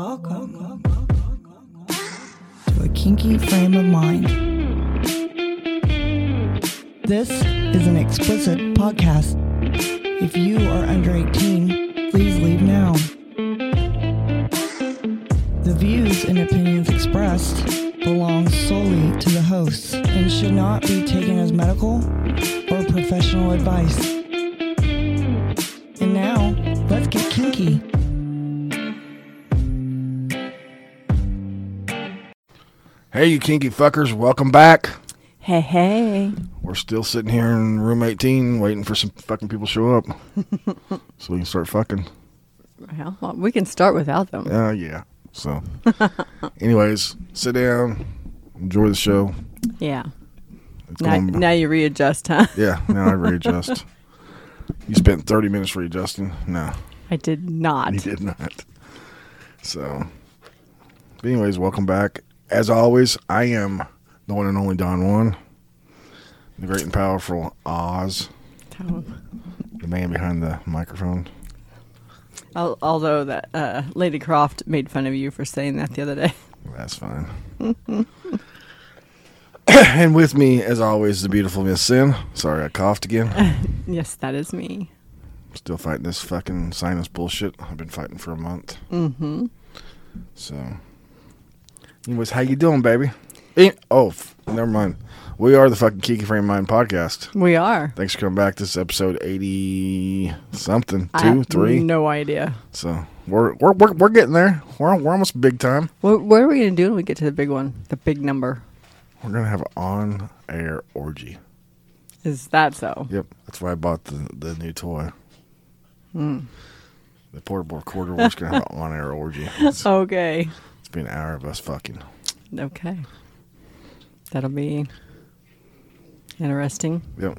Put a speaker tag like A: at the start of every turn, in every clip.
A: Welcome, to a kinky frame of mind. This is an explicit podcast. If you are under 18, please leave now. The views and opinions expressed belong solely to the hosts and should not be taken as medical or professional advice. And now, let's get kinky.
B: Hey, you kinky fuckers, welcome back.
C: Hey, hey.
B: We're still sitting here in room 18 waiting for some fucking people to show up so we can start fucking.
C: Well, well, we can start without them.
B: Uh, yeah. So, anyways, sit down, enjoy the show.
C: Yeah.
B: It's
C: Now,
B: going-
C: now you readjust, huh?
B: yeah, now I readjust. you spent 30 minutes readjusting? No,
C: I did
B: you
C: not.
B: did not. So, but anyways, welcome back. As always, I am the one and only Don Juan, the great and powerful Oz,
C: Oh.
B: the man behind the microphone.
C: Al- Although that uh, Lady Croft made fun of you for saying that the other day.
B: That's fine. and with me, as always, the beautiful Miss Sin. Sorry, I coughed again.
C: yes, that is me.
B: Still fighting this fucking sinus bullshit. I've been fighting for a month.
C: Mm-hmm.
B: So, anyways, how you doing, baby? Eh, Oh, f- never mind. We are the fucking Kiki Frame Mind podcast.
C: We are.
B: Thanks for coming back. This is episode eighty something,
C: I
B: two,
C: have
B: three.
C: No idea.
B: So we're, we're we're we're getting there. We're we're almost big time.
C: What, what are we going to do when we get to the big one? The big number.
B: We're gonna have an on air orgy.
C: Is that so?
B: Yep, that's why I bought the, the new toy. The portable recorder was gonna have an on-air orgy. It's,
C: Okay.
B: it's been an hour of us fucking.
C: Okay. That'll be interesting.
B: Yep.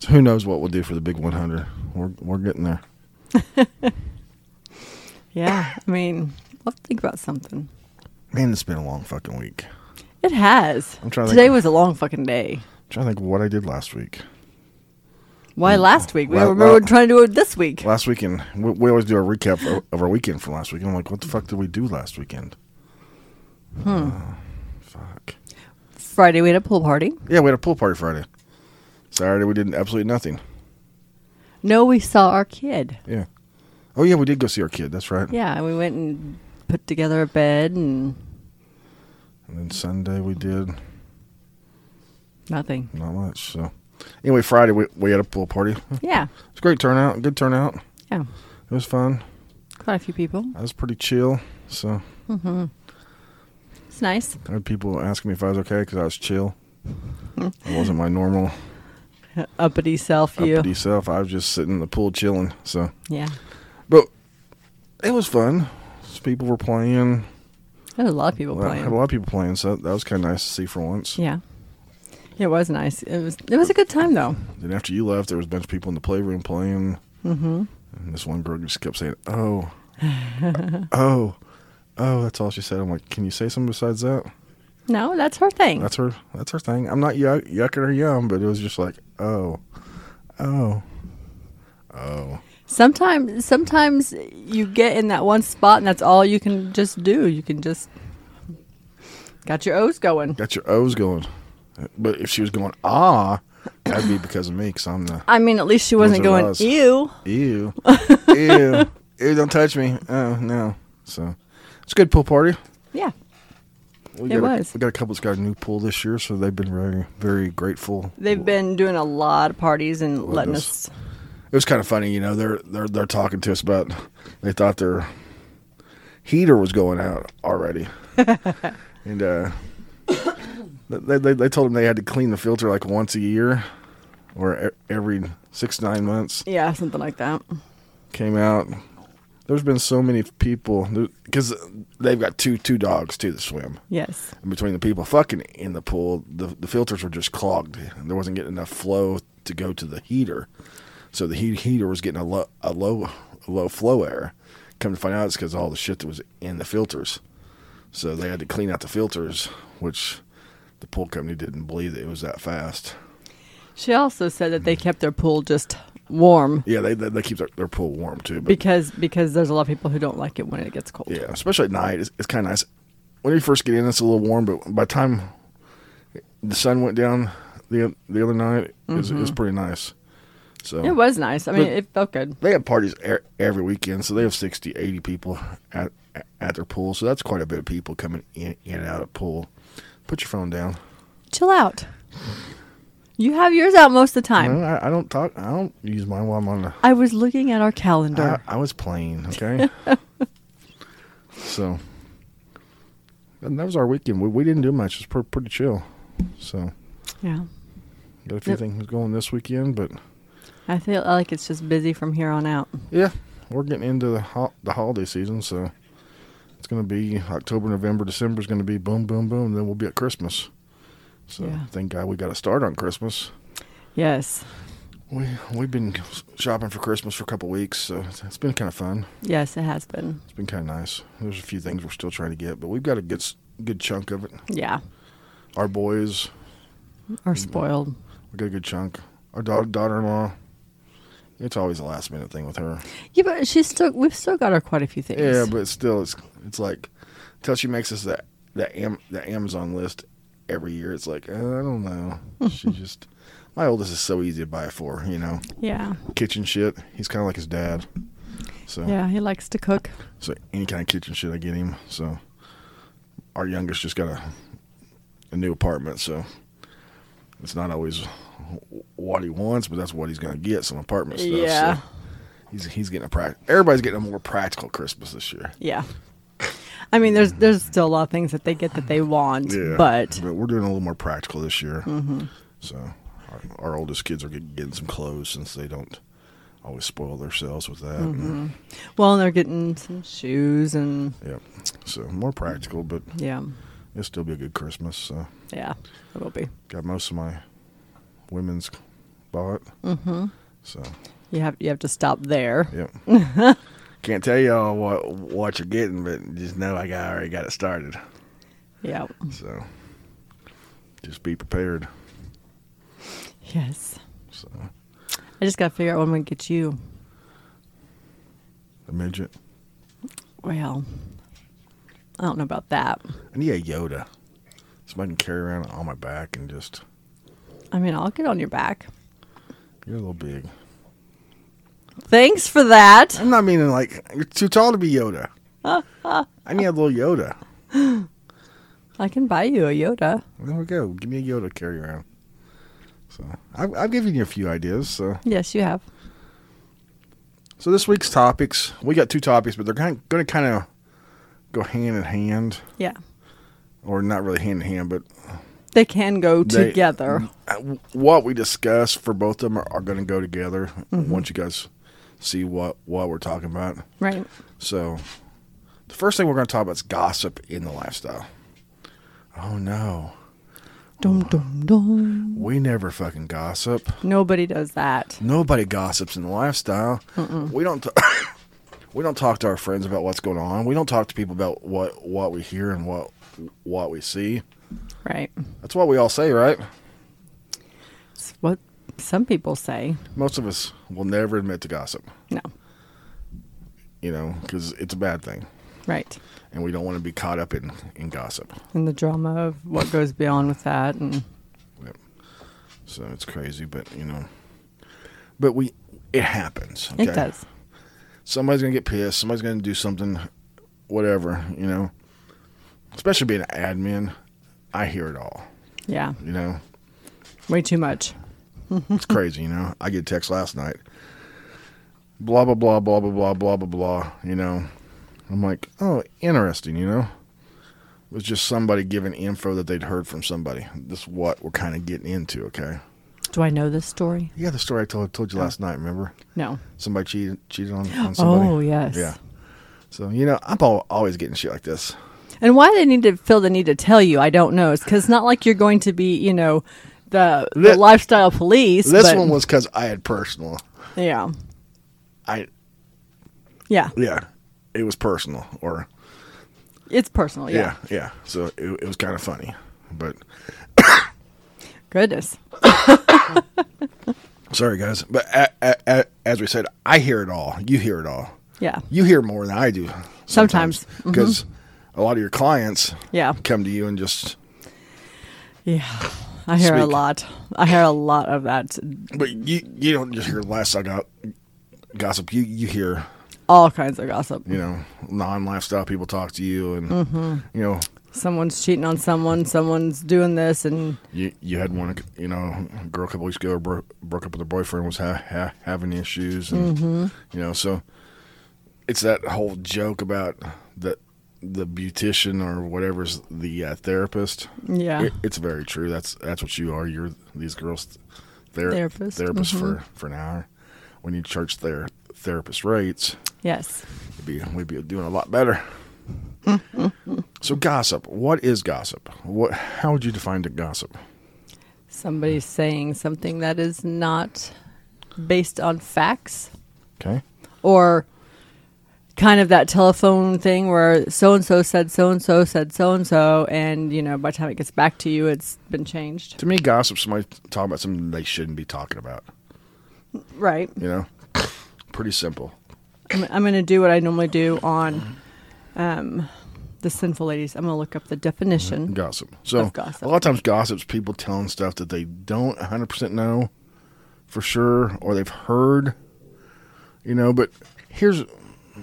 B: So who knows what we'll do for the big 100? We're we're getting there.
C: Yeah. I mean, we'll have to think about something.
B: Man, it's been a long fucking week.
C: It has.
B: I'm trying to
C: Today
B: think.
C: was a long fucking day.
B: I'm trying to think of what I did last week.
C: Why
B: Mm.
C: last week? We
B: Well,
C: don't remember
B: well-
C: what we're trying to do it this week.
B: Last weekend, we, we always do a recap of- of our weekend from last weekend. I'm like, what the fuck did we do last weekend? Hmm. fuck.
C: Friday we had a pool party.
B: Yeah, we had a pool party Friday. Saturday we did absolutely nothing.
C: No, we saw our kid.
B: Yeah. Oh yeah, we did go see our kid. That's right.
C: Yeah, we went and put together a bed and
B: And then Sunday we did
C: nothing.
B: not much. So anyway, Friday we, we had a pool party. It
C: Yeah,
B: was a great turnout, good turnout. It
C: yeah,
B: was fun.
C: quite a few people.
B: I was pretty chill. So
C: It's nice.
B: I had people asking me if I was okay because I was chill. I wasn't my normal
C: Uppity self, you.
B: uppity self. I was just sitting in the pool chilling. So,
C: Yeah,
B: but it was fun. People were playing.
C: there was a lot of people
B: Well, I
C: playing.
B: had a lot of people playing, so that was kind of nice to see for once.
C: Yeah, it was nice. It was it was a good time though.
B: Then after you left, there was a bunch of people in the playroom playing. Mm-hmm. And this one girl just kept saying, "Oh, oh, oh." That's all she said. I'm like, "Can you say something besides that?"
C: No, that's her thing.
B: That's her. That's her thing. I'm not yuck, yucking her yum, but it was just like, "Oh, oh, oh."
C: sometimes sometimes you get in that one spot and that's all you can just do. You can just got your O's going.
B: Got your O's going. But if she was going ah, that'd be because of me, because I'm the
C: I mean, at least she wasn't
B: Those are
C: going
B: us.
C: ew.
B: ew, ew, ew. Don't touch me. Oh no. So it's a good pool party.
C: Yeah.
B: We
C: It
B: got
C: was.
B: A, we got a couple that's got a new pool this year, so they've been very, very grateful.
C: They've been doing a lot of parties and letting
B: this-
C: us.
B: It was kind of funny, you know. They're they're they're talking to us about they thought their heater was going out already, and uh, they, they they told them they had to clean the filter like once a year or e- every six nine months.
C: Yeah, something like that.
B: Came out. There's been so many people because they've got two two dogs too that swim.
C: Yes.
B: in between the people fucking in the pool, the, the filters were just clogged. And there wasn't getting enough flow to go to the heater. So the heat, heater was getting a low, a low, a low flow error. Come to find out, it's because all the shit that was in the filters. So they had to clean out the filters, which the pool company didn't believe that it was that fast.
C: She also said that they kept their pool just warm
B: Yeah, they they, they keep their, their pool warm too. But
C: because because there's a lot of people who don't like it when it gets cold.
B: yeah, especially at night, it's, it's kind of nice. When you first get in, it's a little warm, but by the time the sun went down the the other night, it, was, it was pretty nice. So
C: It was nice. I mean,
B: But-
C: it felt good.
B: they have parties er- every weekend, so they have 60, 80 people at at their pool. So that's quite a bit of people coming in, in and out of pool. Put your phone down.
C: Chill out. You have yours out most of the time.
B: No, I, I don't talk. I don't use mine while I'm on the.
C: I was looking at our calendar.
B: I, I was playing. Okay. so, and that was our weekend. We, we didn't do much. It's pre- pretty chill. So,
C: yeah.
B: got a few
C: Yep.
B: things going this weekend, but
C: I feel like it's just busy from here on out.
B: yeah, we're getting into the ho- the holiday season, so it's going to be October, November, December is going to be boom, boom, boom. And then we'll be at Christmas. So,
C: Yeah.
B: thank God we got to start on Christmas.
C: Yes.
B: We we've been shopping for Christmas for a couple weeks, so it's- it's been kind of fun.
C: Yes, it has been.
B: It's been kind of nice. There's a few things we're still trying to get, but we've got a good s- good chunk of it.
C: Yeah.
B: Our boys,
C: Or spoiled.
B: we got a good chunk. Our da- daughter-in-law, it's always a last minute thing with her.
C: Yeah, but she's still. We've still got her quite a few things.
B: Yeah, but still, it's it's like until she makes us that that Am- that Amazon list every year, it's like uh, I don't know. she just my oldest is so easy to buy for, you know,
C: yeah.
B: kitchen shit. He's kind of like his dad. So
C: Yeah, he likes to cook.
B: So any kind of kitchen shit I get him. So our youngest just got a a new apartment, so it's not always what he wants, but that's what he's gonna get some apartment stuff.
C: Yeah.
B: So he's he's getting a practical. Everybody's getting a more practical Christmas this year.
C: Yeah. I mean, there's there's still a lot of things that they get that they want, but
B: but we're doing a little more practical this year. So our, our oldest kids are get- getting some clothes since they don't always spoil themselves with that. And,
C: well, they're getting some shoes and
B: yeah. So more practical, but
C: yeah,
B: it'll still be a good Christmas. So.
C: yeah, it'll be.
B: got most of my women's bought.
C: Mm-hmm.
B: So,
C: You have you have to stop there.
B: yep. Can't tell y'all what what you're getting, but just know I got already got it started.
C: Yeah.
B: So, just be prepared.
C: Yes.
B: So,
C: I just gotta figure out when we get you.
B: the midget.
C: Well, I don't know about that.
B: I need a Yoda. So I can carry around on my back and just
C: I mean, I'll get on your back.
B: you're a little big.
C: Thanks for that.
B: I'm not meaning like you're too tall to be Yoda. I need a little Yoda.
C: I can buy you a Yoda.
B: There we go. Give me a Yoda to carry around. So I've, I've given you a few ideas. So
C: Yes, you have.
B: So this week's topics, we got two topics, but they're kind going to kind of go hand in hand,
C: Yeah.
B: or not really hand in hand, but
C: They can go
B: They-
C: together.
B: uh, what we discuss for both of them are, are going to go together. Once you guys see what what we're talking about,
C: Right.
B: so the first thing we're going to talk about is gossip in the lifestyle. Oh no,
C: Dum dum dum.
B: we never fucking gossip.
C: Nobody does that.
B: Nobody gossips in the lifestyle. We don't. T- we don't talk to our friends about what's going on. We don't talk to people about what what we hear and what what we see.
C: Right.
B: That's what we all say, right?
C: It's what some people say.
B: Most of us will never admit to gossip,
C: No.
B: you know, because it's a bad thing,
C: Right.
B: and we don't want to be caught up in in gossip.
C: And the drama of what goes beyond with that and
B: Yep. So it's crazy, but you know, but we it happens.
C: it does.
B: somebody's gonna get pissed. Somebody's gonna do something, whatever, you know. Especially being an admin, I hear it all.
C: Yeah.
B: You know,
C: Way too much.
B: it's crazy. You know, I get a text last night. Blah blah blah blah blah blah blah blah blah. You know, I'm like, oh, interesting. You know, it was just somebody giving info that they'd heard from somebody. This is what we're kind of getting into. Okay.
C: Do I know this story?
B: Yeah, the story I told told you last night. Remember?
C: No.
B: somebody cheated cheated on, on somebody.
C: Oh, yes.
B: Yeah. So you know, I'm al- always getting shit like this.
C: And why they need to feel the need to tell you, I don't know. It's because it's not like you're going to be, you know, the, the
B: Thi-
C: lifestyle police.
B: This
C: but-
B: one was because I had personal.
C: Yeah.
B: I
C: Yeah.
B: yeah, it was personal or
C: It's personal. Yeah.
B: yeah yeah. So it, it was kind of funny, but
C: Goodness.
B: sorry guys. But a- a, a, as we said, I hear it all. You hear it all.
C: Yeah.
B: You hear more than I do
C: Sometimes. Mm-hmm.
B: because a lot of your clients
C: Yeah.
B: come to you and just
C: Yeah. I hear a
B: Speak.
C: lot. I hear a lot of that.
B: but you you don't just hear lifestyle go- gossip. You you hear
C: All kinds of gossip.
B: you know non lifestyle people talk to you and
C: Mm-hmm.
B: you know
C: Someone's cheating on someone. Someone's doing this, and
B: you you had one you know a girl a couple weeks ago bro- broke up with her boyfriend was ha- ha- having issues and
C: Mm-hmm.
B: you know so it's that whole joke about the the beautician or whatever's the uh, therapist
C: yeah.
B: It- it's very true that's that's what you are you're these girls ther-
C: Therapist, Mm-hmm.
B: therapist for for an hour when you charge their therapist rates
C: yes.
B: it'd be, we'd be doing a lot better so gossip what is gossip what how would you define the gossip
C: Somebody saying something that is not based on facts
B: okay
C: or kind of that telephone thing where so and so said so and so said so and so, and you know, by the time it gets back to you, it's been changed.
B: To me, gossip's somebody talking about something they shouldn't be talking about.
C: Right.
B: You know, pretty simple.
C: I'm, I'm going to do what I normally do on um, the Sinful Ladies. I'm going to look up the definition.
B: Gossip. So
C: Of gossip.
B: a lot of times, gossip's people telling stuff that they don't 100 percent know for sure, or they've heard. You know, but here's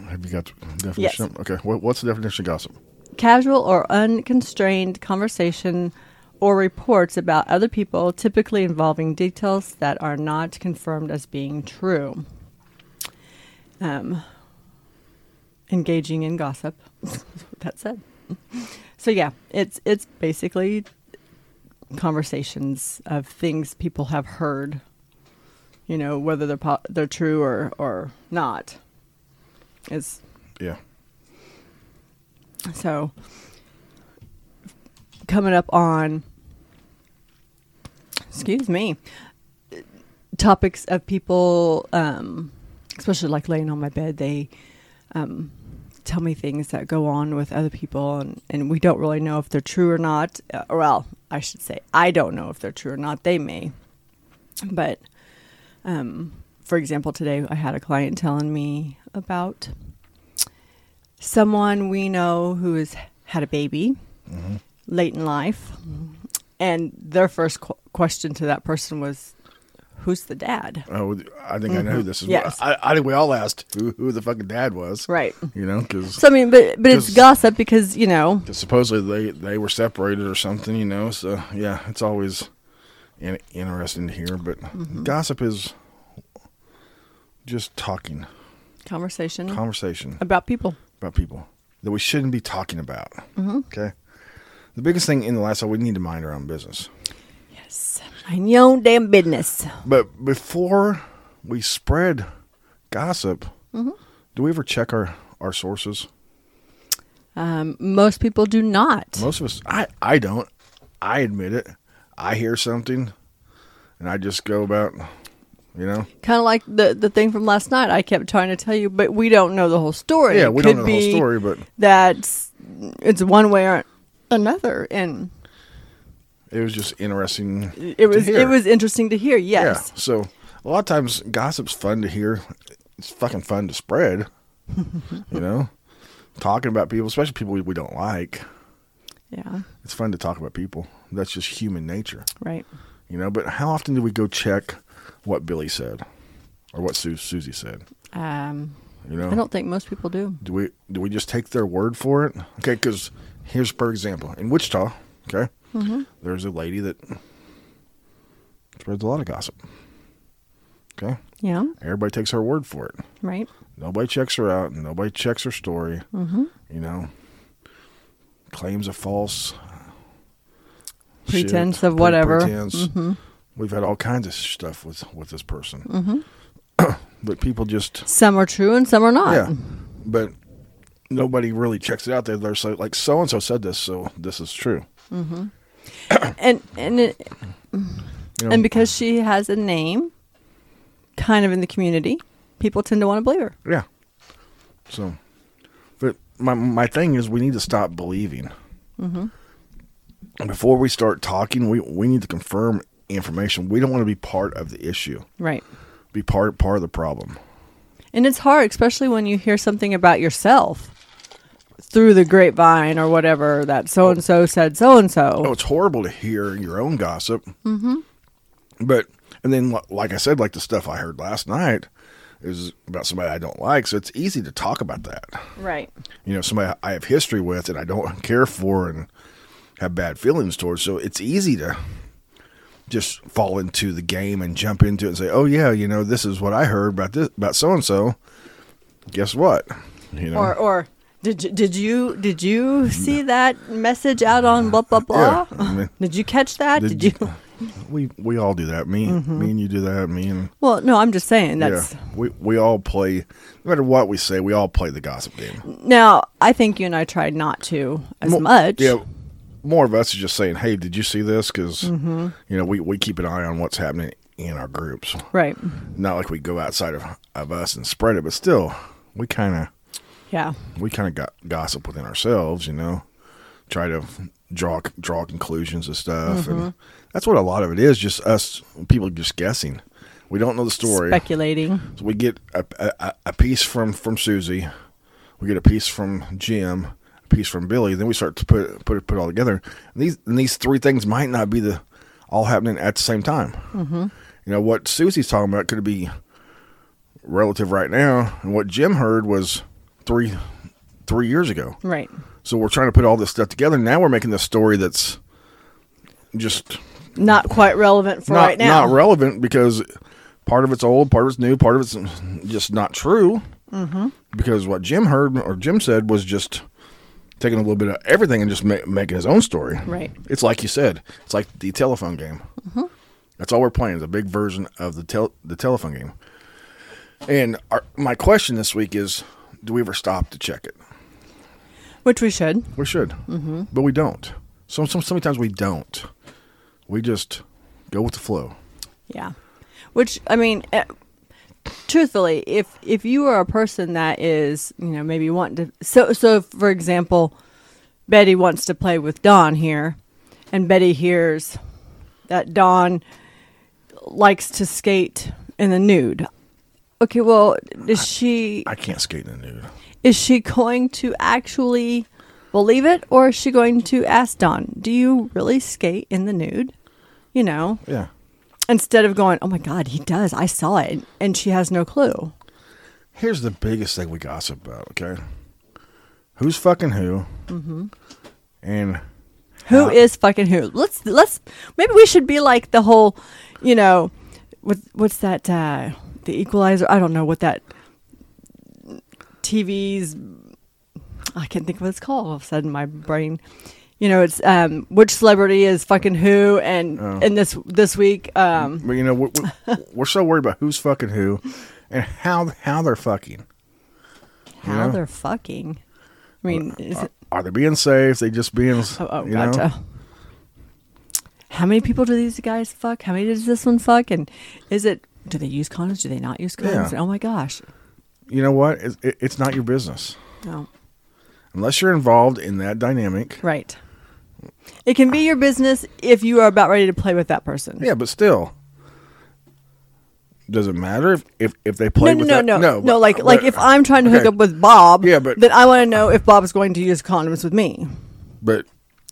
B: have you got the definition? Okay, what, what's the definition of gossip?
C: Casual or unconstrained conversation or reports about other people, typically involving details that are not confirmed as being true. Um, engaging in gossip. That's what that said. So yeah, it's it's basically conversations of things people have heard. You know, whether they're po- they're true or or not. Is
B: Yeah,
C: so coming up on excuse me topics of people um especially like laying on my bed they um tell me things that go on with other people and and we don't really know if they're true or not uh, well I should say I don't know if they're true or not they may but um for example today I had a client telling me about someone we know who has had a baby
B: Mm-hmm.
C: late in life, and their first qu- question to that person was, "Who's the dad?"
B: oh, I think I know who this is.
C: Mm-hmm. Yes.
B: I, I think we all asked who, who the fucking dad was.
C: Right.
B: You know, because
C: So I mean, but but it's
B: 'Cause-
C: gossip because you know,
B: supposedly they they were separated or something. You know, so yeah, it's always in, interesting to hear. But gossip is just talking,
C: conversation
B: conversation
C: about people.
B: about people that we shouldn't be talking about. Okay. The biggest thing in the lifestyle, we need to mind our own business.
C: Yes, mind your own damn business.
B: But before we spread gossip, do we ever check our, our sources?
C: Um, most people do not.
B: Most of us, I, I don't. I admit it. I hear something and I just go about, you know?
C: Kind of like the the thing from last night. I kept trying to tell you, but we don't know the whole story.
B: Yeah,
C: It
B: we don't
C: could
B: know the whole
C: be
B: story, but
C: That's it's one way or another, and
B: it was just interesting.
C: it was
B: to hear.
C: it was interesting to hear. Yes,
B: Yeah. So a lot of times gossip's fun to hear. It's fucking fun to spread. you know, talking about people, especially people we, we don't like.
C: yeah,
B: It's fun to talk about people. That's just human nature.
C: right.
B: You know, but how often do we go check what Billy said or what Su- Susie said?
C: Um,
B: You know,
C: I don't think most people do.
B: do we do we just take their word for it? Okay, because here's for example in Wichita, okay,
C: Mm-hmm.
B: there's a lady that spreads a lot of gossip. Okay,
C: Yeah,
B: everybody takes her word for it.
C: right.
B: Nobody checks her out. Nobody checks her story.
C: Mm.
B: Mm-hmm. You know, claims of false
C: Pretense of whatever. Mm-hmm.
B: Pretense. We've had all kinds of stuff with with this person.
C: Mm-hmm.
B: but people just
C: Some are true and some are not.
B: yeah. But nobody really checks it out. They're, they're so like so and so said this, so this is true.
C: And and it,
B: You know,
C: and because she has a name, kind of in the community, people tend to want to believe her.
B: yeah. So, but my my thing is we need to stop believing. Before we start talking, we we need to confirm information. We don't want to be part of the issue.
C: Right.
B: be part part of the problem.
C: And it's hard, especially when you hear something about yourself through the grapevine or whatever that so and so said so and
B: Oh,
C: so.
B: it's horrible to hear your own gossip. Mm-hmm. But and then, li- like I said, like the stuff I heard last night is about somebody I don't like. So it's easy to talk about that.
C: Right.
B: You know, somebody I have history with and I don't care for and have bad feelings towards. So it's easy to just fall into the game and jump into it and say, "Oh yeah, you know, this is what I heard about this about so and so." Guess what? You know,
C: Or or did you, did you did you see that message out on blah blah blah?
B: I mean-
C: did you catch that?
B: Did
C: Did,
B: you-
C: you?
B: we we all do that. Me, me, and you do that. Me and
C: Well, no, I'm just saying Mm-hmm. that's
B: yeah, we we all play. No matter what we say, we all play the gossip game
C: now. I think you and I tried not to as
B: Mo-
C: much.
B: Yeah, more of us is just saying, "Hey, did you see this?" Because
C: Mm-hmm.
B: you know we we keep an eye on what's happening in our groups.
C: Right.
B: Not like we go outside of of us and spread it, but still, we kind of
C: Yeah.
B: we kind of got gossip within ourselves, you know. Try to draw draw conclusions and stuff, and that's what a lot of it is. Just us people just guessing. We don't know the story.
C: Speculating.
B: So we get a, a, a piece from from Susie, we get a piece from Jim, a piece from Billy. Then we start to put put it put it all together. And these and these three things might not be the all happening at the same time. Mm-hmm. You know what Susie's talking about could be relative right now, and what Jim heard was three three years ago.
C: Right.
B: So we're trying to put all this stuff together. Now we're making this story that's just
C: Not quite relevant for
B: not,
C: right now.
B: Not relevant because part of it's old, part of it's new, part of it's just not true. Mm-hmm. Because what Jim heard or Jim said was just taking a little bit of everything and just ma- making his own story.
C: Right.
B: It's like you said. It's like the telephone game. Mm-hmm. That's all we're playing. is a big version of the tel- the telephone game. And our, my question this week is: Do we ever stop to check it?
C: Which we should.
B: We should, mm-hmm. but we don't. So, so sometimes we don't. We just go with the flow.
C: Yeah. Which I mean, eh, truthfully, if if you are a person that is, you know, maybe wanting to so so for example, Betty wants to play with Don here and Betty hears that Don likes to skate in the nude. Okay, well, is she
B: I can't skate in the nude.
C: is she going to actually believe it or is she going to ask Don, "Do you really skate in the nude?" You know,
B: Yeah.
C: instead of going, "Oh my God, he does! I saw it," and she has no clue.
B: Here's the biggest thing we gossip about, okay? Who's fucking who? Mm-hmm. And
C: Who
B: How-
C: is fucking who? Let's let's maybe we should be like the whole, you know, what what's that? Uh, the Equalizer. I don't know what that TV's. I can't think of what it's called. All of a sudden, my brain. You know, it's um, which celebrity is fucking who, and
B: Oh.
C: and this this week, um,
B: but you know we're, we're, we're so worried about who's fucking who and how how they're fucking.
C: how
B: Yeah. Uh,
C: they're fucking. I mean, is it,
B: Are they being safe? They just being
C: Oh, oh
B: you
C: gotcha.
B: know?
C: How many people do these guys fuck? How many does this one fuck? And is it? Do they use condoms? Do they not use condoms?
B: Yeah.
C: And, oh my gosh!
B: You know what? It, it, it's not your business
C: No,
B: unless you're involved in that dynamic.
C: right. It can be your business if you are about ready to play with that person.
B: Yeah, but still. Does it matter if, if, if they play
C: No, no,
B: with
C: no,
B: that?
C: no, no,
B: but-
C: Like, like
B: but-
C: if I'm trying to hook
B: okay.
C: up with Bob,
B: Yeah, but-
C: then I want to know if Bob's going to use condoms with me.
B: But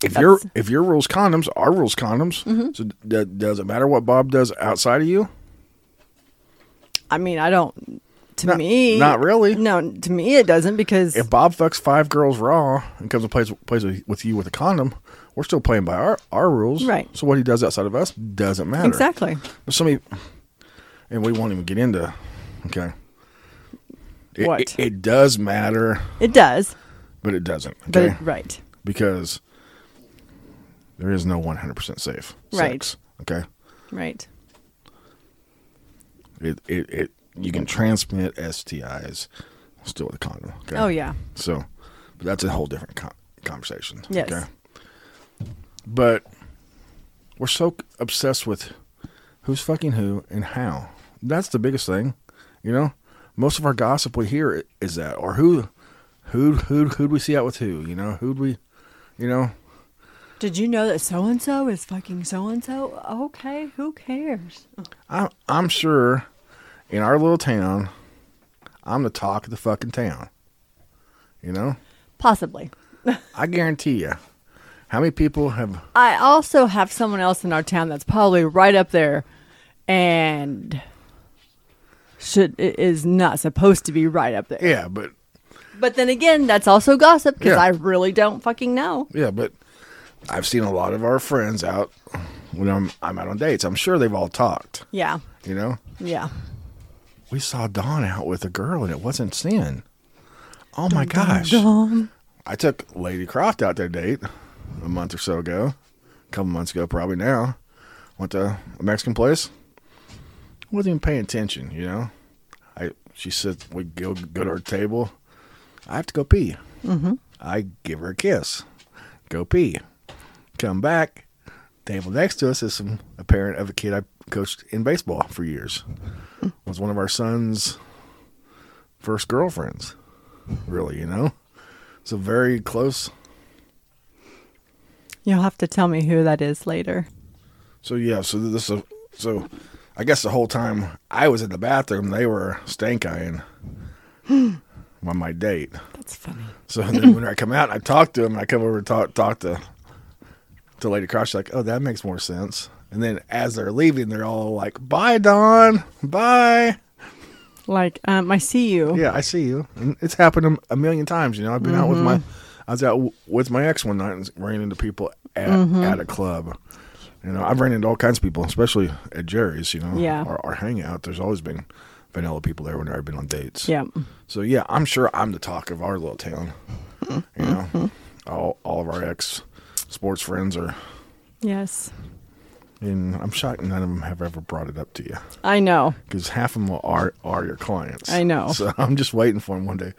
B: if your
C: That's- Mm-hmm.
B: if your rules condoms, our rules condoms. So d- does it matter what Bob does outside of you?
C: I mean, I don't. To
B: Not-
C: me,
B: not really.
C: No, to me it doesn't because
B: If Bob fucks five girls raw and comes and plays plays with you with a condom, we're still playing by our our rules.
C: Right.
B: So what he does outside of us doesn't matter.
C: exactly.
B: There's so many, and we won't even get into. Okay. It,
C: What?
B: It, it does matter,
C: It does,
B: but it doesn't. Okay?
C: but it- right.
B: because there is no 100% safe.
C: Right.
B: sex, okay.
C: Right.
B: it, it, it you can transmit STIs still with a condom. Okay?
C: Oh yeah.
B: So, but that's a whole different con- conversation.
C: Yes.
B: But we're so obsessed with who's fucking who and how. That's the biggest thing, you know. Most of our gossip we hear i- is that, or who, who, who, who'd we see out with who? You know, who'd we, you know,
C: Did you know that so and so is fucking so and so? Okay, who cares?
B: I, I'm sure in our little town, I'm the talk of the fucking town. You know,
C: Possibly.
B: I guarantee you, how many people have
C: I also have someone else in our town that's probably right up there and should i- is not supposed to be right up there.
B: yeah, but
C: But then again, that's also gossip because
B: Yeah.
C: I really don't fucking know.
B: Yeah, but I've seen a lot of our friends out when I'm I'm out on dates. I'm sure they've all talked.
C: Yeah.
B: You know,
C: Yeah.
B: we saw Dawn out with a girl, and it wasn't sin. Oh my gosh!
C: Um,
B: I took Lady Croft out their date a month or so ago, a couple months ago, probably now. Went to a Mexican place. Wasn't even paying attention, you know. I she said we go go to her table. I have to go pee. Mm-hmm. I give her a kiss. Go pee. Come back. Table next to us is some a parent of a kid I coached in baseball for years. Was one of our son's first girlfriends. Really, you know. So very close.
C: You'll have to tell me who that is later.
B: So yeah, so this is so I guess the whole time I was in the bathroom, they were stank eyeing on my date.
C: That's funny.
B: So then when I come out, and I talk to him, and I come over and talk talk to to Lady Cross. She's like, "Oh, that makes more sense." And then as they're leaving, they're all like, "Bye, Don. Bye."
C: Like, um, I see you.
B: Yeah, I see you. And it's happened a, a million times. You know, I've been out with my,
C: Mm-hmm.
B: I was out w- with my ex one night and ran into people at,
C: Mm-hmm.
B: at a club. You know, I've ran into all kinds of people, especially at Jerry's. You know,
C: Yeah.
B: our, our hangout. There's always been vanilla people there whenever I've been on dates.
C: Yeah.
B: So yeah, I'm sure I'm the talk of our little town. You know,
C: Mm-hmm.
B: all all of our ex sports friends are.
C: Yes.
B: And I'm shocked none of them have ever brought it up to you
C: I know.
B: because half of them are are your clients.
C: I know.
B: So I'm just waiting for them one day.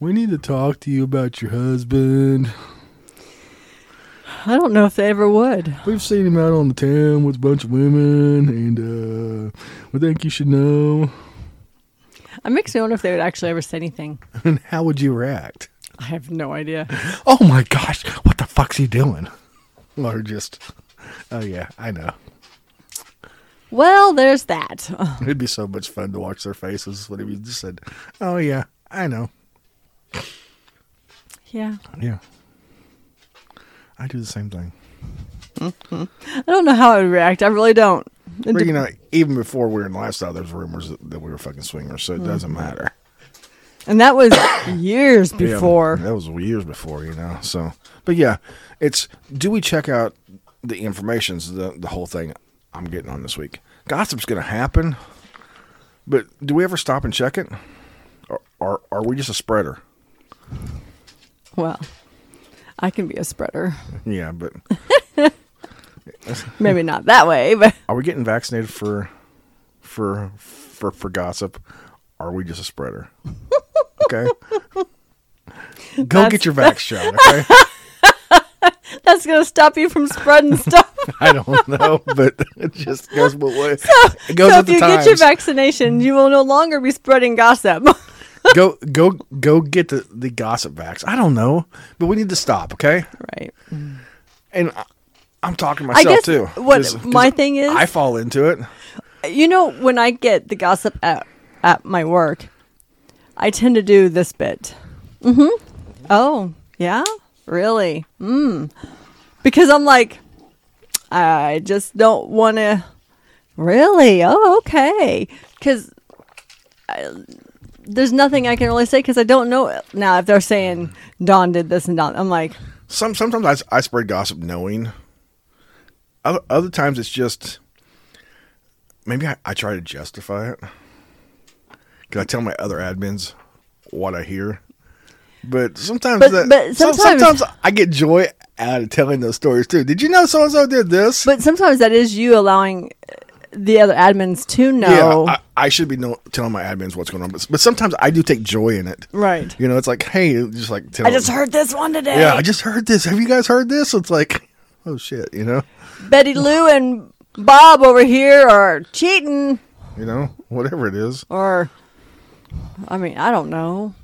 B: We need to talk to you about your husband.
C: I don't know if they ever would.
B: We've seen him out on the town with a bunch of women, and uh, we think you should know.
C: It makes me wonder if they would actually ever say anything.
B: And how would you react?
C: I have no idea.
B: Oh my gosh, what the fuck's he doing? Or just, oh yeah, I know.
C: Well, there's that. Ugh,
B: It'd be so much fun to watch their faces when you just said, oh yeah, I know.
C: yeah.
B: Yeah. I do the same thing.
C: I don't know how I would react. I really don't. It
B: Well,
C: de-
B: you know, even before we were in lifestyle, there's rumors that, that we were fucking swingers, so it doesn't
C: Mm-hmm.
B: matter.
C: and that was years
B: Yeah,
C: before.
B: that was years before, you know. So, but yeah, it's do we check out the information's the the whole thing I'm getting on this week. Gossip's going to happen, but do we ever stop and check it? Or, or are we just a spreader?
C: Well, I can be a spreader.
B: Yeah, but
C: Maybe not that way, but
B: are we getting vaccinated for for for for gossip? Are we just a spreader? Okay. Go
C: That's-
B: get your vax shot, okay?
C: that's going to stop you from spreading stuff.
B: I don't know, but it just goes with what it goes with
C: so if
B: the
C: you
B: times.
C: get your vaccination, you will no longer be spreading gossip.
B: go go go get the the gossip vax. I don't know, but we need to stop, okay?
C: right.
B: And I, I'm talking to myself
C: guess
B: too.
C: what my thing is-
B: I fall into it.
C: You know, when I get the gossip at, at my work, I tend to do this bit. Mm-hmm. Oh, yeah? Really? Mm. Because I'm like, I just don't want to. Really? Oh, okay. Because there's nothing I can really say because I don't know now if they're saying Don did this and Don. I'm like,
B: Some sometimes I, s- I spread gossip knowing. Other, other times it's just maybe I, I try to justify it. Cause I tell my other admins what I hear, but sometimes
C: But-
B: that,
C: but
B: some-
C: sometimes-
B: sometimes I get joy out of telling those stories too. Did you know so and so did this?
C: but sometimes that is you allowing the other admins to know.
B: Yeah, I, I should be know, telling my admins what's going on, but, but sometimes I do take joy in it.
C: right.
B: You know, it's like, hey, just like tell
C: I just heard this one today.
B: Yeah, I just heard this. Have you guys heard this? It's like, oh shit, you know,
C: Betty Lou and Bob over here are cheating,
B: you know, whatever it is.
C: or I mean, I don't know.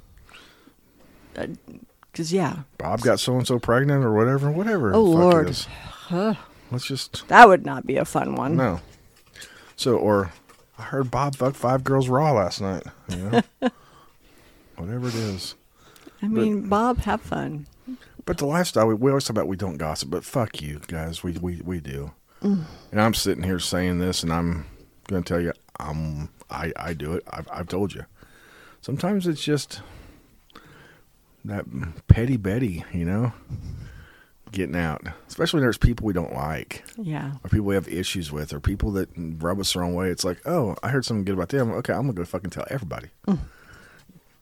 C: Because yeah,
B: Bob got so and so pregnant or whatever, whatever.
C: Oh,
B: the fuck it
C: Lord.
B: is. Let's just
C: that would not be a fun one.
B: no. So or I heard Bob fucked five girls raw last night. You know? Whatever it is.
C: I mean, Bob, have fun.
B: But the lifestyle, we, we always talk about we don't gossip, but fuck you guys, we we, we do. And I'm sitting here saying this, and I'm going to tell you, I'm I I do it. I've I've told you. Sometimes it's just that petty Betty, you know, getting out. Especially when there's people we don't like,
C: Yeah.
B: or people we have issues with, or people that rub us the wrong way. It's like, oh, I heard something good about them. Okay, I'm gonna go fucking tell everybody. I'm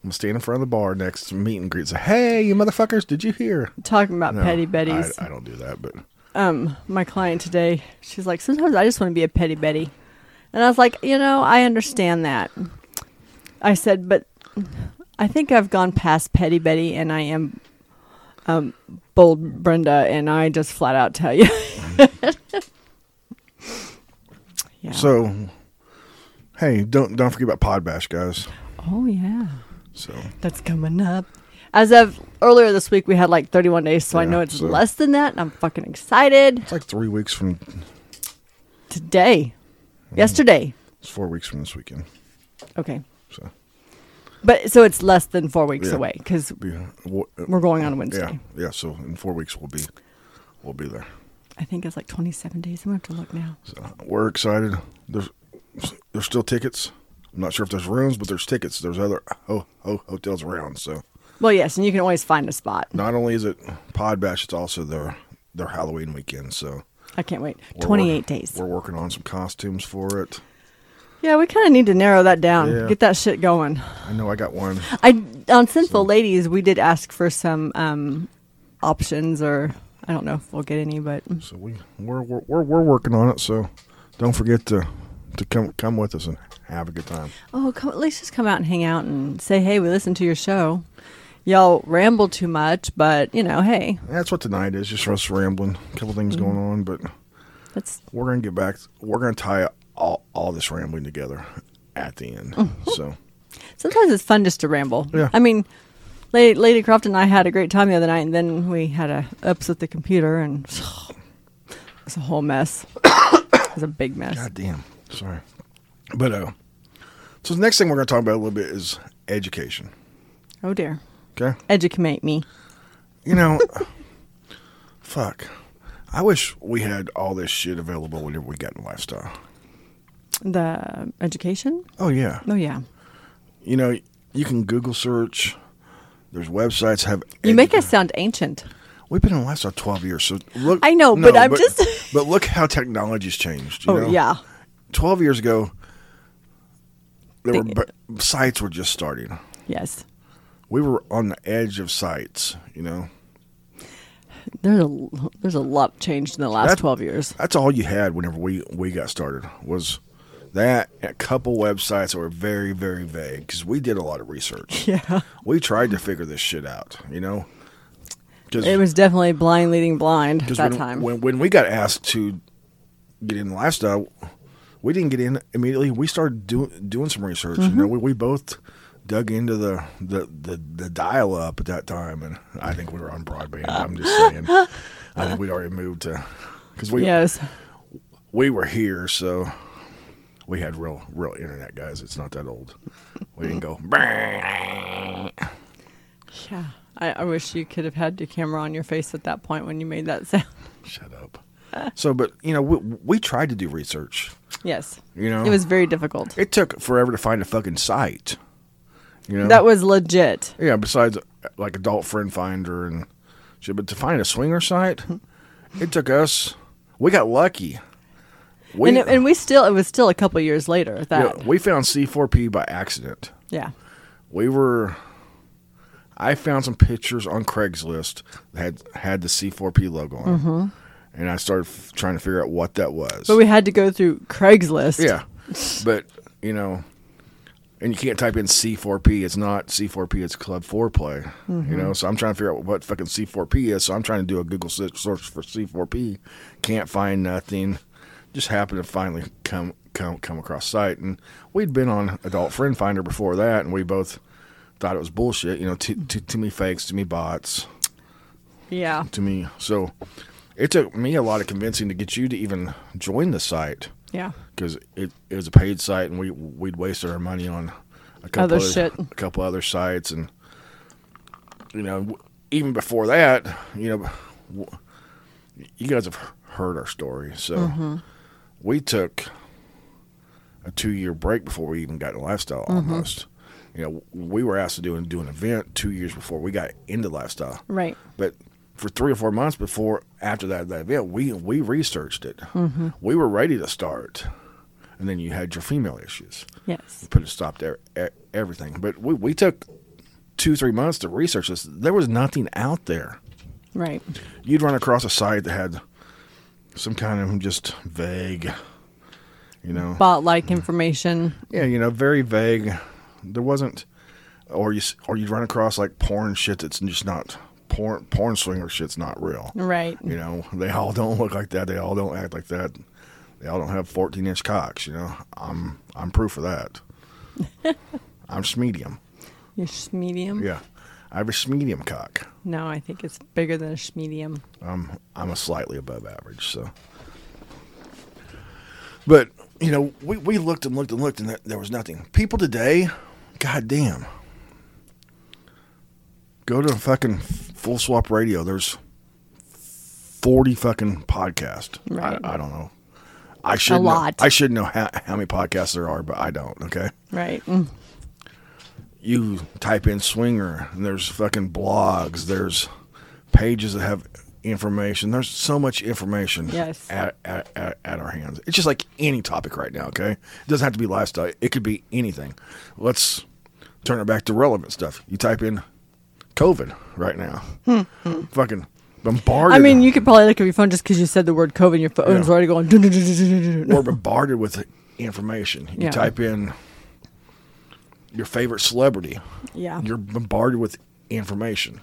B: gonna stand in front of the bar next meet and greet. and Say, hey, you motherfuckers, did you hear?
C: Talking about
B: No,
C: petty betties.
B: I, I don't do that, but
C: um, my client today, she's like, sometimes I just want to be a petty Betty. And I was like, you know, I understand that. I said, but I think I've gone past petty Betty and I am um, bold Brenda and I just flat out tell you. yeah.
B: so hey, don't don't forget about Podbash, guys.
C: oh, yeah.
B: So
C: That's coming up. As of earlier this week, we had like 31 days, so I
B: Yeah,
C: know it's
B: so-
C: less than that. And I'm fucking excited.
B: it's like three weeks from
C: Today,
B: Mm.
C: yesterday.
B: it's four weeks from this weekend.
C: Okay.
B: So
C: But so it's less than four weeks
B: Yeah.
C: away away because
B: be, wha-
C: we're going on
B: yeah,
C: Wednesday.
B: yeah. So in four weeks we'll be we'll be there.
C: I think it's like 27 days. I'm going to have to look now.
B: So we're excited. There's there's still tickets. I'm not sure if there's rooms, but there's tickets. There's other ho, ho, hotels around. So
C: Well, yes, and you can always find a spot.
B: not only is it Podbash, it's also their their Halloween weekend. So
C: I can't wait.
B: we're
C: 28
B: working-
C: days.
B: We're working on some costumes for it.
C: Yeah, we kind of need to narrow that down.
B: Yeah.
C: Get that shit going.
B: I know I got one.
C: I on Sinful Ladies, we did ask for some um, options, or I don't know if we'll get any, but
B: So we we're we're, we're, we're working on it. So don't forget to to come come with us and have a good time.
C: oh, come, let's just come out and hang out and say, hey, we listened to your show. Y'all ramble too much, but you know, hey,
B: That's what tonight is. Just us rambling. A couple things going on, but
C: that's
B: we're gonna get back. We're gonna tie all all this rambling together at the end. So
C: sometimes it's fun just to ramble.
B: Yeah.
C: I mean, Lady, Lady Croft and I had a great time the other night, and then we had a ups with the computer, and it was a whole mess. it was a big mess.
B: god damn. Sorry, but uh, so the next thing we're gonna talk about a little bit is education.
C: Oh dear,
B: Okay.
C: educate me.
B: You know, fuck. I wish we had all this shit available whenever we got in lifestyle.
C: The education?
B: Oh yeah.
C: Oh yeah.
B: You know, you can Google search. There's websites have.
C: You make
B: edu-
C: us sound ancient.
B: We've been in lifestyle twelve years, so look.
C: I know, but I'm just-
B: But look how technology's changed. You
C: Oh
B: know?
C: yeah.
B: Twelve years ago, there were
C: They-
B: b- sites were just starting.
C: Yes.
B: We were on the edge of sites. You know,
C: There's a there's a lot changed in the last
B: That-
C: 12 years.
B: that's all you had whenever we we got started was that and a couple websites that were very very vague because we did a lot of research.
C: Yeah.
B: We tried to figure this shit out. You know, because
C: It was definitely blind leading blind at
B: 'Cause
C: that
B: when,
C: time.
B: When, when we got asked to get in lifestyle, we didn't get in immediately. We started do, doing some research. You
C: Mm-hmm.
B: know, we, we both dug into the, the, the, the dial up at that time, and I think we were on broadband. I'm just saying. I think we'd already moved to because we
C: yes.
B: we were here, so we had real real internet guys. It's not that old. We didn't go.
C: Yeah. I, I wish you could have had your camera on your face at that point when you made that sound.
B: Shut up. So, but you know, we, we tried to do research.
C: Yes.
B: You know,
C: It was very difficult.
B: It took forever to find a fucking site. You know
C: That was legit.
B: yeah. Besides, uh, like adult friend finder and shit, but to find a swinger site, it took us. We got lucky. We
C: and, it, and we still, it was still a couple years later at
B: yeah,
C: that. Yeah.
B: we found C4P by accident. We were. I found some pictures on Craigslist that had had the C4P logo on,
C: Mm-hmm.
B: them, and I started f- trying to figure out what that was.
C: But we had to go through Craigslist.
B: Yeah, but you know, and you can't type in C4P. It's not C4P. It's Club Foreplay. You know, so I'm trying to figure out what fucking C4P is. So I'm trying to do a Google se- search for C4P. Can't find nothing. Just happened to finally come come come across site, and we'd been on Adult Friend Finder before that, and we both thought it was bullshit. You know, too too too many fakes, too many bots
C: Yeah.
B: to me. So it took me a lot of convincing to get you to even join the site.
C: Yeah.
B: because it, it was a paid site and we we'd wasted our money on a couple
C: Other
B: other-
C: shit.
B: a couple other sites and you know w- even before that you know w- you guys have heard our story so
C: Mm-hmm.
B: we took a two year break before we even got to lifestyle
C: Mm-hmm.
B: almost you know we were asked to do do an event two years before we got into lifestyle
C: Right.
B: but for three or four months before after that, that event, we we researched it. We were ready to start, and then you had your female issues.
C: Yes.
B: Put a stop to e- everything. But we we took two three months to research this. There was nothing out there.
C: Right.
B: You'd run across a site that had some kind of just vague, you know,
C: Bot like information.
B: yeah, you know, very vague. There wasn't, or you s- or you'd run across like porn shit that's just not porn porn swinger shit's not real.
C: Right.
B: You know, they all don't look like that. They all don't act like that. They all don't have 14 inch cocks. You know, I'm I'm proof of that. I'm medium.
C: Your schmedium?
B: Yeah, I have a medium cock.
C: No, I think it's bigger than a schmedium.
B: I'm I'm a slightly above average. So, but you know, we we looked and looked and looked, and there, there was nothing. People today, goddamn, go to fucking Full Swap Radio. There's forty fucking podcasts.
C: Right.
B: I, I don't know. I should know-
C: lot.
B: I should know how, how many podcasts there are, but I don't. Okay
C: Right. Mm.
B: you type in swinger and there's fucking blogs there's pages that have information there's so much information
C: Yes.
B: at, at, at, at our hands it's just like any topic right now okay it doesn't have to be lifestyle it could be anything let's turn it back to relevant stuff you type in covid right now fucking bombarded
C: Hmm, I mean, you could probably look at your phone just because you said the word COVID. Your phone's
B: Yeah.
C: already going. "Dun, dun, dun, dun, dun, dun, dun."
B: we're bombarded with information you
C: Yeah.
B: type in your favorite celebrity
C: Yeah.
B: you're bombarded with information.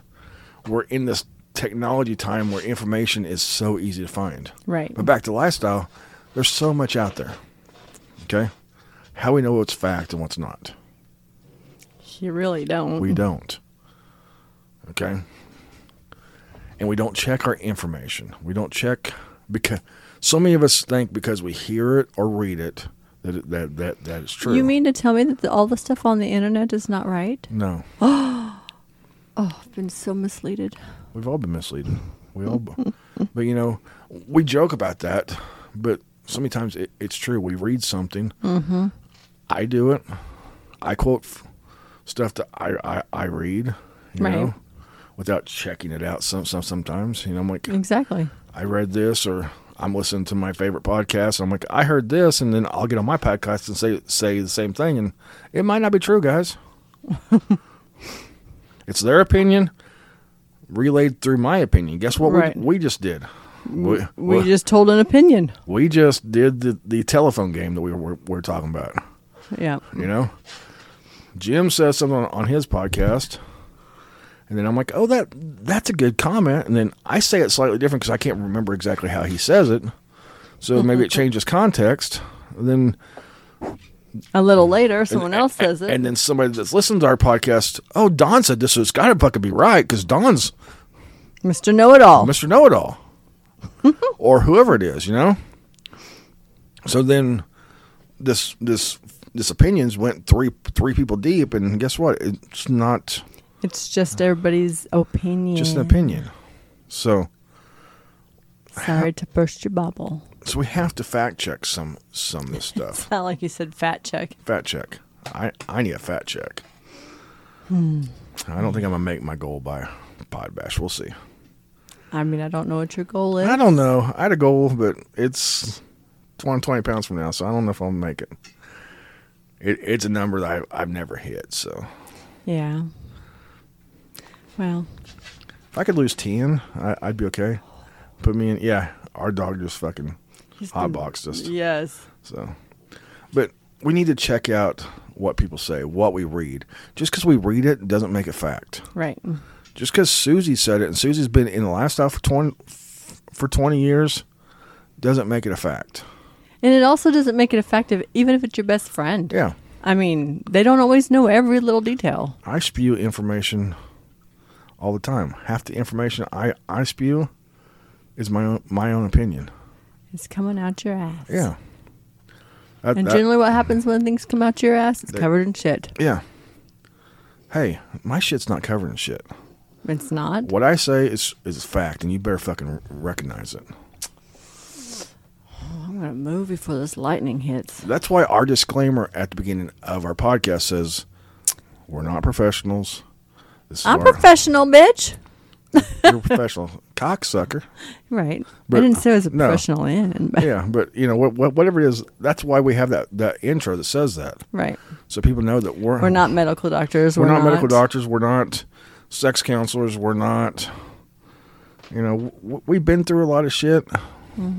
B: We're in this technology time where information is so easy to find.
C: Right.
B: But back to lifestyle, there's so much out there. Okay? How we know what's fact and what's not.
C: You really don't.
B: We don't. Okay? And we don't check our information. We don't check because so many of us think because we hear it or read it that it, that that that is true.
C: You mean to tell me that the, all the stuff on the internet is not right?
B: no?
C: Oh, I've been so misleaded.
B: We've all been misleading. We all, but you know, we joke about that, but so many times it, it's true. We read something. Mm-hmm. I do it. I quote f- stuff that I I, I read, you
C: Right.
B: know, without checking it out. Some some sometimes, you know, I'm like,
C: Exactly.
B: I read this, or I'm listening to my favorite podcast. And I'm like, I heard this, and then I'll get on my podcast and say say the same thing, and it might not be true, guys. it's their opinion relayed through my opinion. Guess what
C: Right.
B: we we just did? We,
C: We
B: we-
C: just told an opinion.
B: we just did the, the telephone game that we were, we were talking about.
C: Yeah.
B: You know, Jim says something on, on his podcast, and then I'm like, "Oh, that that's a good comment." And then I say it slightly different because I can't remember exactly how he says it, so maybe it changes context. And then
C: A little later, someone else says it.
B: and then somebody that's listened to our podcast, oh, Don said this, so it's got to fucking be right because Don's
C: Mr. Know It All.
B: Mr. Know It All, or whoever it is, you know. So then, this this this opinions went three three people deep, and guess what? It's not
C: It's just everybody's opinion.
B: just an opinion. So
C: Sorry to burst your bubble.
B: so we have to fact check some some of this stuff.
C: It's not like you said fat check.
B: Fat check. I I need a fat check. I don't think I'm gonna make my goal by Pod Bash. We'll see.
C: I mean, I don't know what your goal is.
B: I don't know. I had a goal, but it's 20, 20 pounds from now, so I don't know if I'll make it. it it's a number that I've, I've never hit. So
C: Yeah. Well,
B: if I could lose 10, I, I'd be okay. Put me in. Yeah, our dog just fucking
C: He's
B: hot
C: been-
B: boxed us.
C: yes.
B: So, but we need to check out what people say, what we read. Just because we read it doesn't make it fact.
C: Right.
B: Just because Susie said it and Susie's been in the lifestyle for 20, for 20 years doesn't make it a fact.
C: And it also doesn't make it effective, even if it's your best friend.
B: Yeah.
C: I mean, they don't always know every little detail.
B: I spew information all the time. Half the information I, I spew is my own, my own opinion.
C: It's coming out your ass.
B: Yeah. That-
C: And
B: that-
C: generally, what happens when things come out your ass? It's
B: They-
C: covered in shit.
B: yeah. Hey, my shit's not covered in shit.
C: It's not.
B: What I say is is fact, and you better fucking recognize it.
C: I'm gonna move before this lightning hits.
B: That's why our disclaimer at the beginning of our podcast says, "We're not professionals. This is
C: I'm
B: our-
C: professional, bitch.
B: You're a professional, cocksucker.
C: Right.
B: But-
C: I didn't say I was a
B: no.
C: professional in. But,
B: Yeah, but you know what, what? Whatever it is, that's why we have that that intro that says that,
C: Right.
B: so people know that we're
C: We're not medical doctors.
B: we're, not, medical doctors. We're not sex counselors. We're not. You know, w- we've been through a lot of shit.
C: Mm-hmm.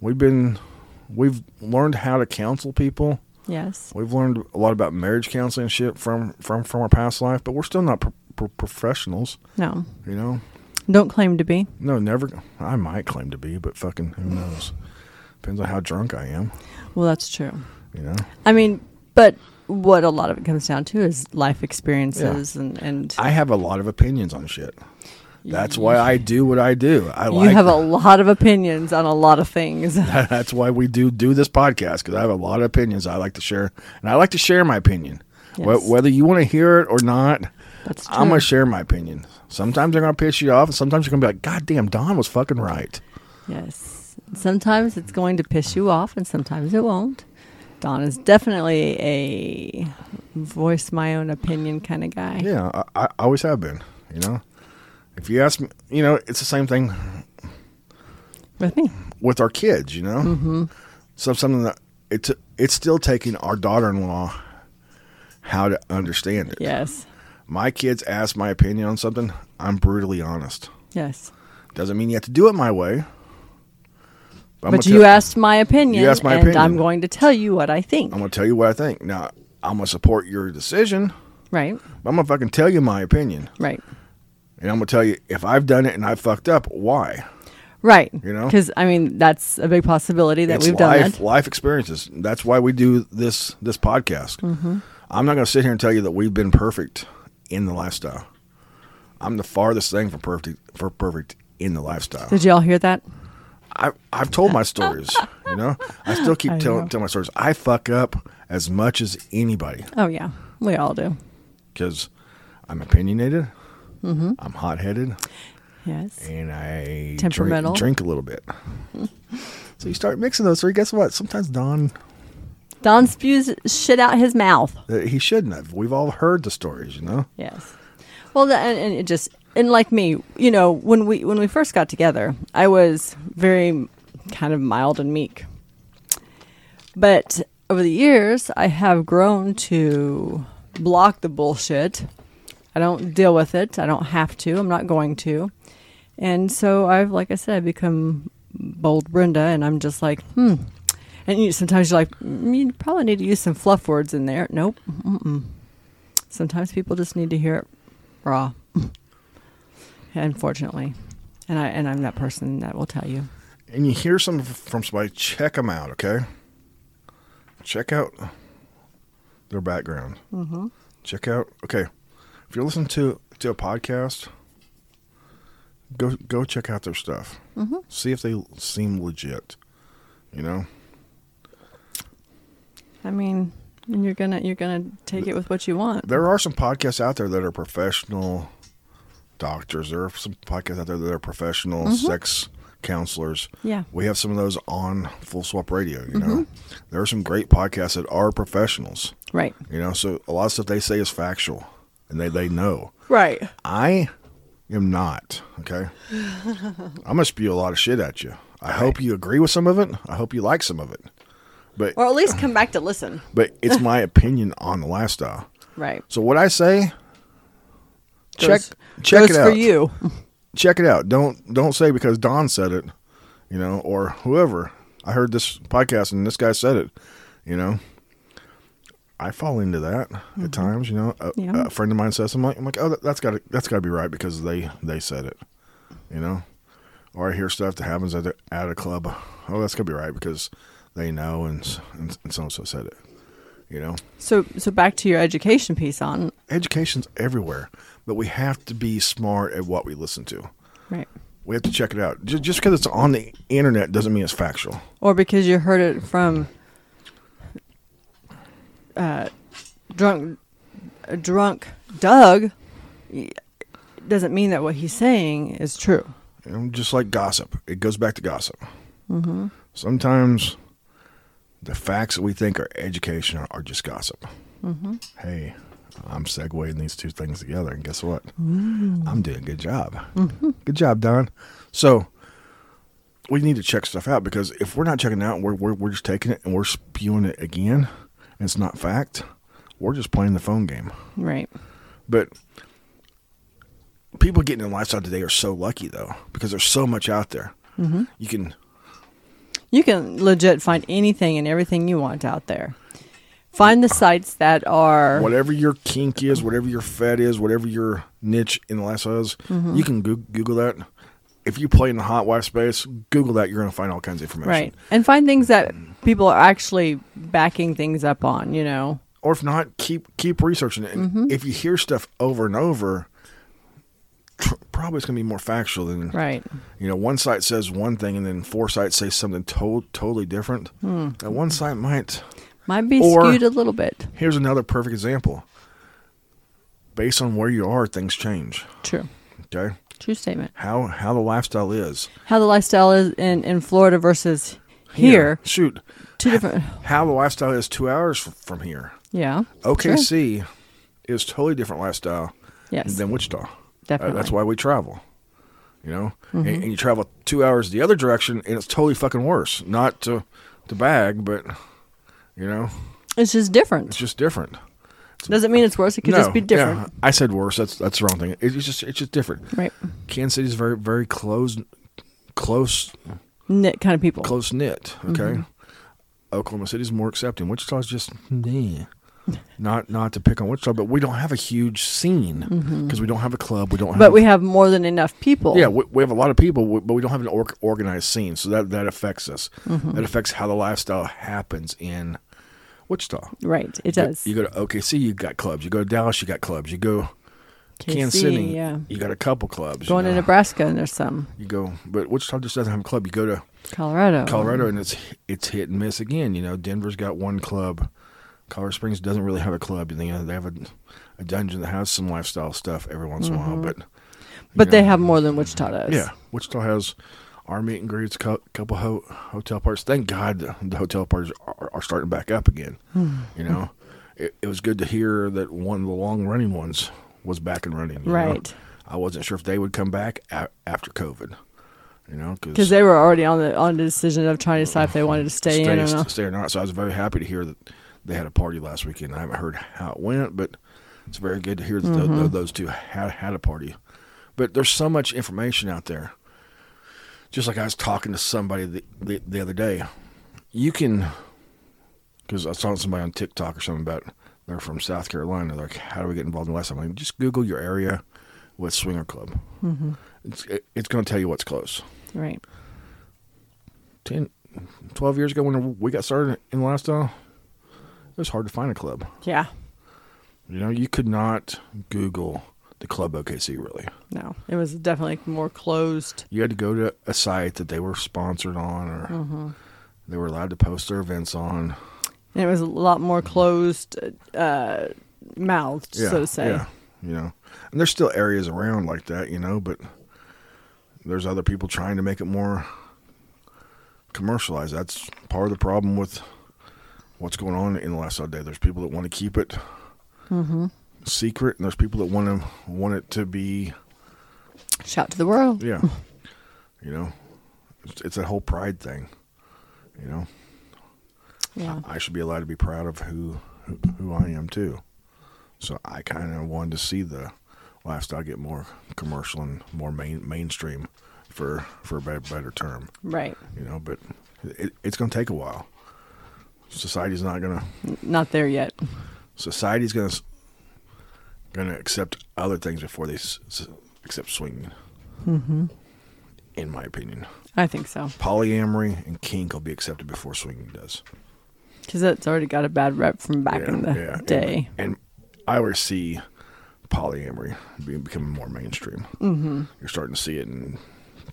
B: We've been, we've learned how to counsel people.
C: Yes.
B: We've learned a lot about marriage counseling and shit from from from our past life, but we're still not pro- pro- professionals.
C: No.
B: You know,
C: Don't claim to be.
B: no, never. I might claim to be, but fucking who knows? Depends on how drunk I am.
C: Well, that's true.
B: You know,
C: I mean, but what a lot of it comes down to is life experiences and and
B: I have a lot of opinions on shit. That's why I do what I do. I
C: you
B: like.
C: have a lot of opinions on a lot of things.
B: that's why we do do this podcast because I have a lot of opinions I like to share, and I like to share my opinion, Wh-
C: Yes.
B: whether you want to hear it or not.
C: That's
B: I'm
C: true.
B: gonna share my opinion. Sometimes they're gonna piss you off, and sometimes you're gonna be like, "God damn, Don was fucking right."
C: Yes. Sometimes it's going to piss you off and sometimes it won't. Don is definitely a voice my own opinion kind of guy.
B: Yeah, I, I I always have been. You know, if you ask me, you know, it's the same thing
C: With me.
B: with our kids. You know, mm-hmm. so something that it's it's still taking our daughter-in-law how to understand it.
C: Yes.
B: My kids ask my opinion on something. I'm brutally honest.
C: Yes.
B: Doesn't mean you have to do it my way. I'm
C: but
B: gonna
C: you
B: tell-
C: asked my opinion
B: You asked my
C: and
B: opinion.
C: I'm going to tell you what I think.
B: I'm gonna tell you what I think. Now I'm gonna support your decision.
C: Right.
B: But I'm gonna fucking tell you my opinion,
C: Right.
B: and I'm gonna tell you if I've done it and I fucked up, why.
C: Right.
B: You know?
C: Because I mean that's a big possibility that
B: it's
C: we've done
B: life,
C: that.
B: life experiences. That's why we do this this podcast.
C: Mm-hmm.
B: I'm not gonna sit here and tell you that we've been perfect in the lifestyle. I'm the farthest thing from perfect for perfect in the lifestyle.
C: Did y'all hear that?
B: I, I've told my stories. you know, I still keep
C: I
B: telling
C: know.
B: tell my stories. I fuck up as much as anybody
C: Oh yeah. We all do.
B: because I'm opinionated.
C: Mm-hmm.
B: I'm hot headed
C: Yes.
B: and I
C: Temperamental.
B: drink, drink a little bit. so you start mixing those three. Guess what? Sometimes Don
C: Don spews shit out his mouth.
B: uh, he shouldn't have. We've all heard the stories. You know.
C: Yes. Well, the, and, and it just and like me, you know, when we when we first got together, I was very kind of mild and meek. But over the years, I have grown to block the bullshit. I don't deal with it. I don't have to. I'm not going to. And so I've, like I said, I've become bold Brenda, and I'm just like, hmm. And you, sometimes you're like, mm, you probably need to use some fluff words in there. Nope. Mm-mm. Sometimes people just need to hear it raw, unfortunately. And I and I'm that person that will tell you.
B: And you hear something f- from somebody, check them out. Okay. Check out their background. check out okay if you're listening to to a podcast go go check out their stuff see if they seem legit you know
C: I mean, and you're gonna you're gonna take it with what you want.
B: there are some podcasts out there that are professional doctors there are some podcasts out there that are professional sex counselors
C: Mm-hmm. Yeah. Mm-hmm.
B: we have some of those on full swap radio you know there are some great podcasts that are professionals
C: Right.
B: you know so a lot of stuff they say is factual and they they know
C: Right.
B: I am not. Okay. I'm gonna spew a lot of shit at you. I hope you agree with some of it. I hope you like some of it. But
C: Or at least come back to listen.
B: but it's my opinion on the lifestyle.
C: Right.
B: So what I say, check
C: Goes-
B: check
C: goes
B: it out.
C: for you.
B: Check it out. Don't don't say because Don said it, you know, or whoever. I heard this podcast and this guy said it, you know. I fall into that at times, you know. A,
C: Yeah.
B: a friend of mine says something, like- I'm like, oh, that, that's got to that's got to be right because they they said it, you know. Or I hear stuff that happens at a, at a club. Oh, that's gonna be right because they know and s- and, and so and so said it, you know.
C: So so back to your education piece on
B: Education's everywhere, but we have to be smart at what we listen to.
C: right.
B: We have to check it out. Ju- Just because it's on the internet doesn't mean it's factual.
C: Or because you heard it from uh, drunk uh, drunk Doug y- doesn't mean that what he's saying is true.
B: And just like gossip, it goes back to gossip. Sometimes the facts that we think are educational are just gossip. Hey, I'm segueing these two things together, and guess what? I'm doing a good job. Good job, Don. So we need to check stuff out because if we're not checking it out, we're, we're we're just taking it and we're spewing it again, and it's not fact. We're just playing the phone game.
C: Right.
B: But people getting in lifestyle today are so lucky though, because there's so much out there. Mm-hmm. You can
C: You can legit find anything and everything you want out there. Find the sites that are
B: whatever your kink is, whatever your fed is, whatever your niche in the lifestyle is,
C: Mm-hmm.
B: you can Goo- Google that. If you play in the hot wife space, Google that. You're going to find all kinds of information.
C: right and find things that people are actually backing things up on. You know.
B: Or if not, keep keep researching it. And
C: Mm-hmm.
B: If you hear stuff over and over, tr- probably it's going to be more factual than
C: Right.
B: you know one site says one thing and then four sites say something to- totally different.
C: Hmm.
B: That one site might
C: Might be
B: Or-
C: skewed a little bit.
B: Here's another perfect example. Based on where you are, things change.
C: True.
B: Okay,
C: True statement.
B: how how the lifestyle is
C: How the lifestyle is in in Florida versus here.
B: Shoot,
C: Two different.
B: how the lifestyle is two hours f- from here.
C: Yeah. Sure.
B: OKC is totally different lifestyle
C: Yes.
B: than Wichita. Uh,
C: Definitely. Mm-hmm.
B: that's why we travel. You know, and, and you travel two hours the other direction, and it's totally fucking worse. Not to to bag, but you know,
C: It's just
B: it's
C: different.
B: just different.
C: Doesn't mean it's worse. It could just be
B: yeah,
C: different.
B: I said worse. That's that's the wrong thing. It's just it's just different.
C: Right.
B: Kansas City's very very close close
C: Knit kind of people.
B: close knit. Okay,
C: Mm-hmm.
B: Oklahoma City's more accepting. Wichita's just meh. not not to pick on Wichita, but we don't have a huge scene because we don't have a club. We don't.
C: Mm-hmm. But
B: have,
C: we have more than enough people.
B: yeah, we, we have a lot of people, w- but we don't have an or- organized scene, so that that affects us.
C: Mm-hmm.
B: That affects how the lifestyle happens in Wichita.
C: Right. It
B: You go-
C: does.
B: You go to OKC, you got clubs. You go to Dallas, you got clubs. You go Kansas City,
C: Yeah.
B: you got a couple clubs.
C: Going
B: you
C: to
B: know.
C: Nebraska and there's some
B: you go, but Wichita just doesn't have a club. You go to
C: Colorado.
B: Colorado, and it's it's hit and miss again. You know, Denver's got one club. Colorado Springs doesn't really have a club. You know, they have a, a dungeon that has some lifestyle stuff every once in a while. But
C: Mm-hmm. But
B: you
C: they
B: know,
C: have more than Wichita does.
B: yeah, Wichita has our meet and greets, a couple ho- hotel parties. Thank God the, the hotel parties are, are starting back up again.
C: Hmm.
B: you know, it, it was good to hear that one of the long running ones was back and running. you know.
C: Right.
B: I wasn't sure if they would come back a- after COVID. You know,
C: Because they were already on the on the decision of trying to decide if they wanted to stay, in or not.
B: stay or not. So I was very happy to hear that they had a party last weekend. I haven't heard how it went, but it's very good to hear that tho-
C: Mm-hmm.
B: tho- those two had had a party. But there's so much information out there. Just like I was talking to somebody the the, the other day, you can because I was talking to somebody on TikTok or something about they're from South Carolina. They're like, how do we get involved in the lifestyle? I'm like, just Google your area with swinger club.
C: Mm-hmm.
B: It's it, it's going to tell you what's close.
C: Right.
B: 10, 12 years ago when we got started in lifestyle, it was hard to find a club.
C: Yeah.
B: You know, you could not Google the club OKC really.
C: No. It was definitely more closed.
B: You had to go to a site that they were sponsored on or they were allowed to post their events on.
C: And it was a lot more closed uh, mouthed, so to say.
B: Yeah, you know, and there's still areas around like that, you know, but there's other people trying to make it more commercialized. That's part of the problem with what's going on in the last day. There's people that want to keep it
C: Mm-hmm.
B: secret, and there's people that want to want it to be,
C: Shout to the world.
B: yeah, you know, it's, it's a whole pride thing. You know,
C: Yeah.
B: I should be allowed to be proud of who who, who I am too. So I kind of wanted to see the lifestyle get more commercial and more main mainstream, for for a better, better term,
C: Right.
B: you know. But it, it's going to take a while. Society's not going to
C: Not there yet.
B: society's going to going to accept other things before they s- s- accept swinging. Mm-hmm. In my opinion,
C: I think so.
B: polyamory and kink will be accepted before swinging does.
C: Because it's already got a bad rep from back in the
B: and-
C: day.
B: And, I always see polyamory be- becoming more mainstream. Mm-hmm. You're starting to see it in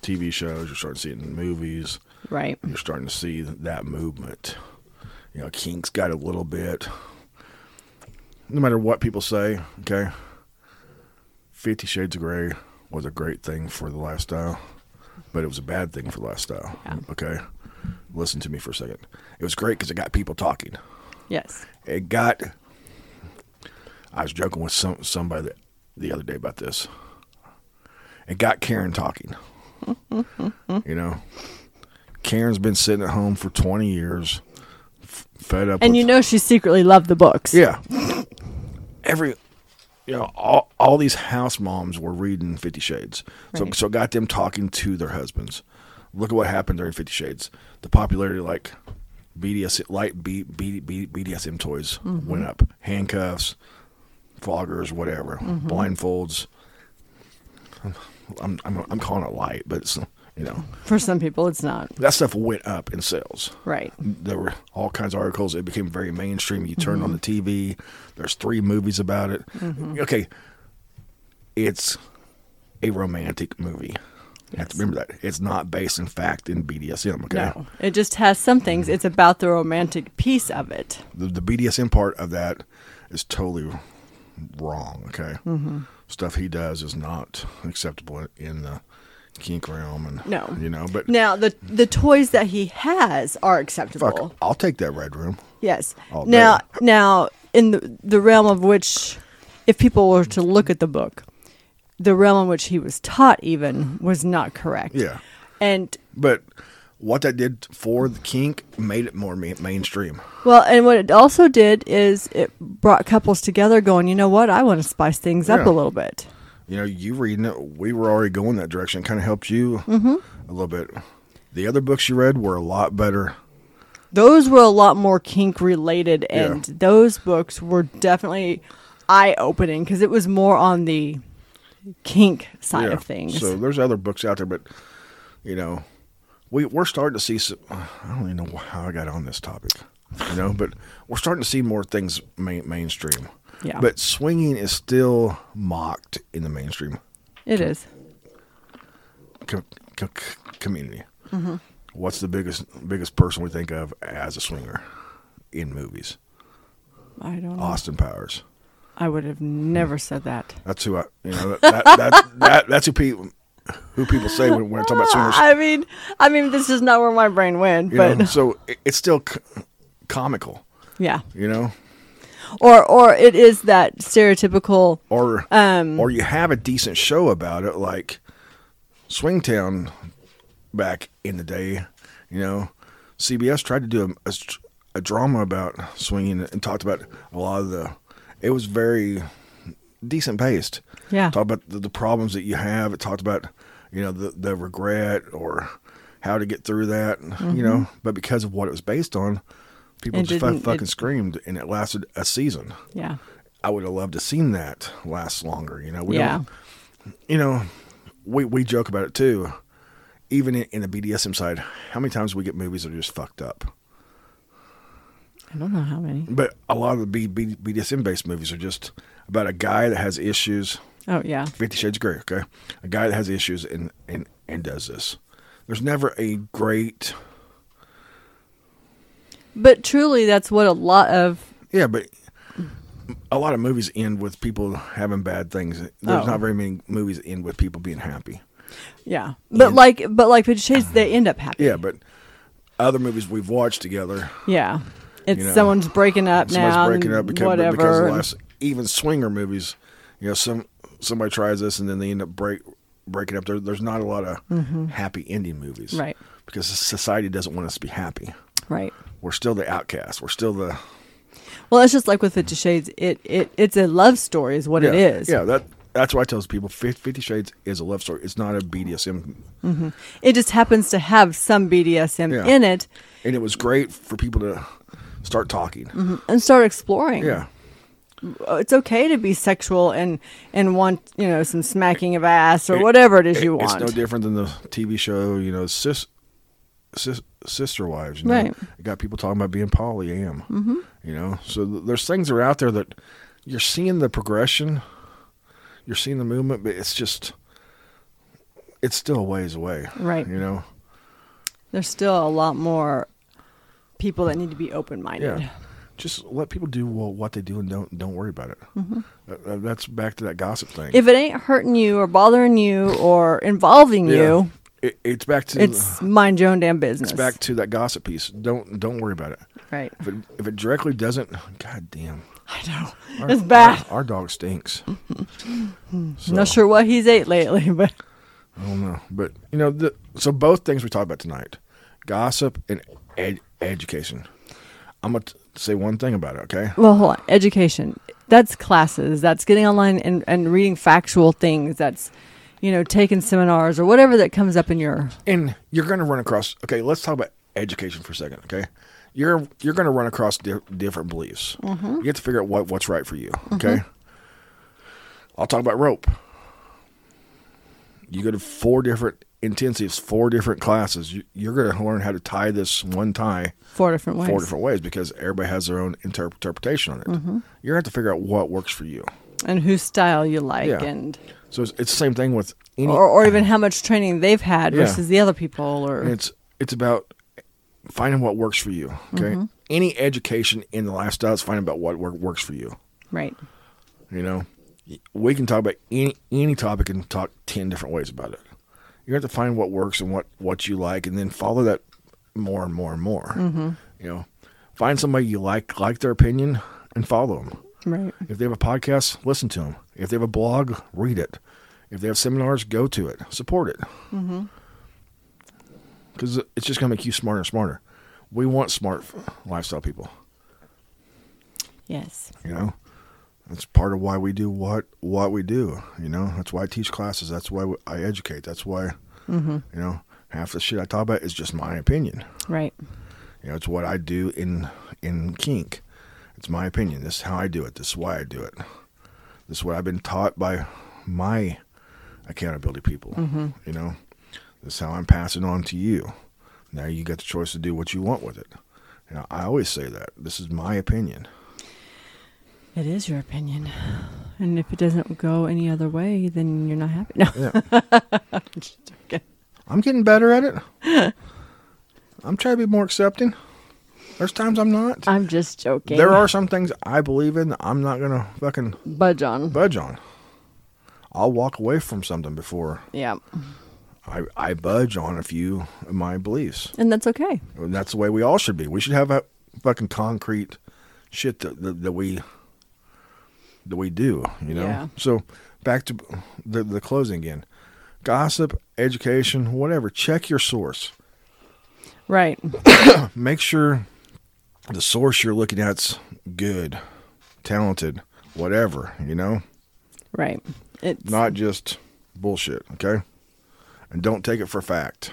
B: TV shows. You're starting to see it in movies.
C: Right.
B: You're starting to see that movement. You know, Kink's got a little bit. no matter what people say, okay, Fifty Shades of Grey was a great thing for the lifestyle, but it was a bad thing for the lifestyle.
C: Yeah.
B: Okay, listen to me for a second. It was great because it got people talking.
C: Yes.
B: It got. I was joking with some somebody the, the other day about this. It got Karen talking. you know, Karen's been sitting at home for twenty years, f- fed up.
C: And
B: with,
C: you know she secretly loved the books.
B: yeah. Every, you know, all, all these house moms were reading Fifty Shades. So,
C: Right.
B: so it got them talking to their husbands. Look at what happened during Fifty Shades. The popularity, like BDS, light B, B, B, BDSM toys went up. Handcuffs, foggers, whatever, blindfolds. I'm, I'm, I'm calling it light, but it's, you know,
C: For some people, it's not.
B: that stuff went up in sales
C: Right.
B: there were all kinds of articles. It became very mainstream. You turned
C: Mm-hmm.
B: on the TV. There's three movies about it. Okay, it's a romantic movie. You have to
C: Yes.
B: remember that it's not based in fact in BDSM. Okay,
C: No. It just has some things. It's about the romantic piece of it.
B: the, the BDSM part of that is totally wrong. Okay,
C: Mm-hmm.
B: stuff he does is not acceptable in the kink realm, and
C: No.
B: you know, but
C: Now, the the toys that he has are acceptable.
B: fuck, I'll take that red room.
C: Yes.
B: All
C: now,
B: day.
C: now in the, the realm of which, if people were to look at the book, the realm in which he was taught even was not correct.
B: Yeah.
C: And
B: But what that did for the kink made it more ma- mainstream.
C: well, and what it also did is it brought couples together, going, you know what, I want to spice things up
B: Yeah.
C: a little bit.
B: you know, you reading it, we were already going that direction. Kind of helped you
C: Mm-hmm.
B: a little bit. The other books you read were a lot better.
C: Those were a lot more kink related,
B: Yeah.
C: and those books were definitely eye opening because it was more on the kink side
B: Yeah.
C: of things.
B: So there's other books out there, but you know, we we're starting to see. Some, I don't even know how I got on this topic, you know, but we're starting to see more things main, mainstream.
C: Yeah.
B: But swinging is still mocked in the mainstream
C: it is.
B: co- co- co- community.
C: Mm-hmm.
B: What's the biggest biggest person we think of as a swinger in movies?
C: I don't know.
B: Austin Powers.
C: I would have never said that.
B: That's who I, you know, that, that, that, that, that's who people, who people say when, when I talk about swingers.
C: I mean, I mean, this is not where my brain went,
B: you
C: but
B: know? So it, it's still c- comical,
C: yeah.
B: you know,
C: Or, or it is that stereotypical.
B: or
C: Um,
B: or you have a decent show about it, like Swingtown back in the day. You know, CBS tried to do a, a s- a drama about swinging and talked about a lot of the. It was very decent paced.
C: Yeah.
B: Talked about the, the problems that you have. It talked about you know the the regret or how to get through that. You know, but because of what it was based on, people
C: Mm-hmm. It
B: just fu-
C: didn't- it-
B: fucking screamed, and it lasted a season.
C: Yeah.
B: I would have loved to have seen that last longer. You know, we
C: Yeah.
B: don't, you know, we we joke about it too. Even in, in the BDSM side, how many times we get movies that are just fucked up?
C: I don't know how many.
B: But a lot of the B, B, BDSM based movies are just about a guy that has issues.
C: Oh yeah.
B: Fifty Shades of Grey, okay, a guy that has issues and and and does this. There's never a great,
C: But truly, that's what a lot of
B: yeah, but a lot of movies end with people having bad things. There's
C: Oh.
B: not very many movies that end with people being happy.
C: yeah. But
B: Yeah.
C: like, but like, but shades they end up happy.
B: Yeah, but other movies we've watched together,
C: Yeah. It's
B: You know,
C: someone's breaking up
B: somebody's
C: now.
B: breaking
C: and
B: up because,
C: whatever.
B: because of
C: and-
B: last, even swinger movies, you know, some somebody tries this and then they end up break breaking up. There, there's not a lot of happy ending movies,
C: Mm-hmm. Right.
B: Because society doesn't want us to be happy.
C: Right.
B: We're still the outcast. We're still the
C: Well, it's just like with Fifty Shades. It it it's a love story, is what
B: yeah,
C: it is.
B: Yeah, that that's why I tell people Fif- Fifty Shades is a love story. It's not a BDSM,
C: It just happens to have some BDSM
B: Yeah.
C: in it,
B: and it was great for people to start talking.
C: and start exploring.
B: Yeah.
C: uh, it's okay to be sexual and and want you know some smacking of ass or whatever it is you
B: It-
C: want.
B: It's no different than the TV show, you know, sis, sis, sister wives. You know?
C: Right.
B: It got people talking about being polyam. Mm-hmm. You know, so th- there's things that are out there that you're seeing the progression, you're seeing the movement, but it's just, it's still a ways away.
C: Right.
B: You know,
C: There's still a lot more people that need to be open minded.
B: yeah. just let people do well, what they do and don't don't worry about it. That- that- that's back to that gossip thing.
C: Mm-hmm. If it ain't hurting you or bothering you or involving
B: Yeah.
C: you,
B: It- it's back to
C: it's mind your own damn business.
B: it's back to that gossip piece. Don't don't worry about it.
C: right.
B: If it, if it directly doesn't, god damn,
C: I know.
B: Our-
C: It's bad.
B: Our, our dog stinks. So,
C: Not sure what he's ate lately, but
B: I don't know, but you know, the, so both things we talked about tonight, gossip and ed- education. I'm gonna t- say one thing about it. Okay,
C: well, hold on. Education. That's classes. That's getting online and, and reading factual things. That's, you know, taking seminars or whatever that comes up in your
B: and you're going to run across okay let's talk about education for a second okay you're you're going to run across di- different beliefs you have to figure out what what's right for you okay i'll talk about rope you go to four different intensives four different classes you, you're going to learn how to tie this one tie
C: four different ways.
B: four different ways because everybody has their own interp- interpretation on it you're going to have to figure out what works for you
C: And whose style you like
B: Yeah.
C: and
B: so it's, it's the same thing with any
C: or, or even how much training they've had
B: Yeah.
C: versus the other people or
B: And it's it's about finding what works for you. Okay. Any education in the lifestyle is finding about what work, works for you.
C: right.
B: You know, we can talk about any any topic and talk ten different ways about it. You have to find what works and what what you like, and then follow that more and more and more. You know, find somebody you like like their opinion and follow them.
C: Right.
B: If they have a podcast, listen to them. If they have a blog, read it. If they have seminars, go to it. Support it. Because it's just going to make you smarter and smarter. We want smart lifestyle people.
C: Yes.
B: You know, that's part of why we do what what we do. You know, that's why I teach classes. That's why I educate. That's why you know half the shit I talk about is just my opinion.
C: Right.
B: You know, it's what I do in in kink. It's my opinion. This is how I do it. This is why I do it. This is what I've been taught by my accountability people. You know, this is how I'm passing on to you. Now you got the choice to do what you want with it. You know, I always say that. This is my opinion.
C: It is your opinion. And if it doesn't go any other way, then you're not happy. No.
B: Yeah. I'm getting better at it. I'm trying to be more accepting. There's times I'm not.
C: I'm just joking.
B: There are some things I believe in that I'm not gonna fucking
C: budge on.
B: budge on. I'll walk away from something before
C: yeah.
B: I, I budge on a few of my beliefs.
C: And that's okay.
B: And that's the way we all should be. We should have a fucking concrete shit that, that, that we that we do, you know.
C: Yeah.
B: So back to the the closing again. Gossip, education, whatever. Check your source.
C: Right.
B: Make sure the source you're looking at's good, talented, whatever, you know.
C: Right. It's
B: not just bullshit, okay? And don't take it for fact.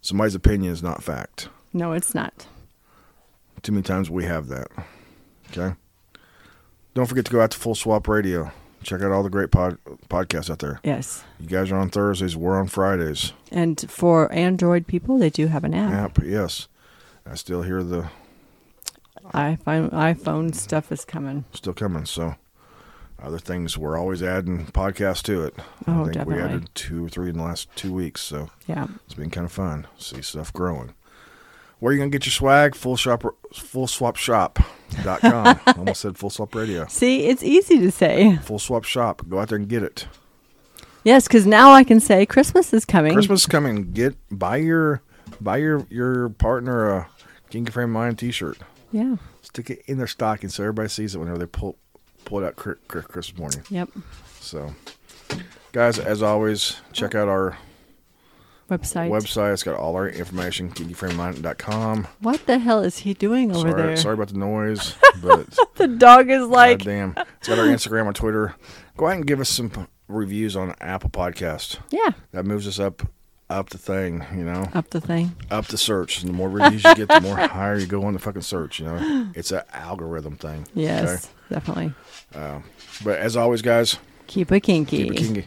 B: Somebody's opinion is not fact.
C: no, it's not.
B: Too many times we have that, okay? Don't forget to go out to Full Swap Radio. Check out all the great pod- podcasts out there.
C: Yes.
B: You guys are on Thursdays, we're on Fridays.
C: And for Android people, they do have an app.
B: App, yes. I still hear the
C: I find iPhone stuff is coming.
B: still coming, so other things we're always adding podcasts to it. I
C: Oh,
B: think
C: definitely.
B: we added two or three in the last two weeks, so
C: Yeah.
B: It's been kind of fun. See stuff growing. Where you gonna get your swag? Full shop, fullswapshop.com. Almost said full swap radio.
C: See, it's easy to say.
B: Full swap shop. Go out there and get it.
C: Yes, because now I can say Christmas is coming.
B: Christmas is coming. Get buy your buy your your partner a King Frame Mine T-shirt.
C: Yeah.
B: Stick it in their stocking so everybody sees it whenever they pull pull it out cri- cri- Christmas morning.
C: Yep.
B: So, guys, as always, check out our
C: Website.
B: website. It's got all our information. KinkyFrameMine.com.
C: What the hell is he doing over
B: Sorry,
C: there?
B: sorry about the noise, but.
C: The dog is like,
B: damn. It's got our Instagram or Twitter. Go ahead and give us some p- reviews on Apple Podcast.
C: yeah,
B: That moves us up up the thing, you know.
C: up the thing.
B: Up the search. And the more reviews you get, the more higher you go on the fucking search, you know. It's an algorithm thing.
C: Yes, definitely.
B: okay? But as always, guys,
C: Keep it kinky.
B: keep it kinky.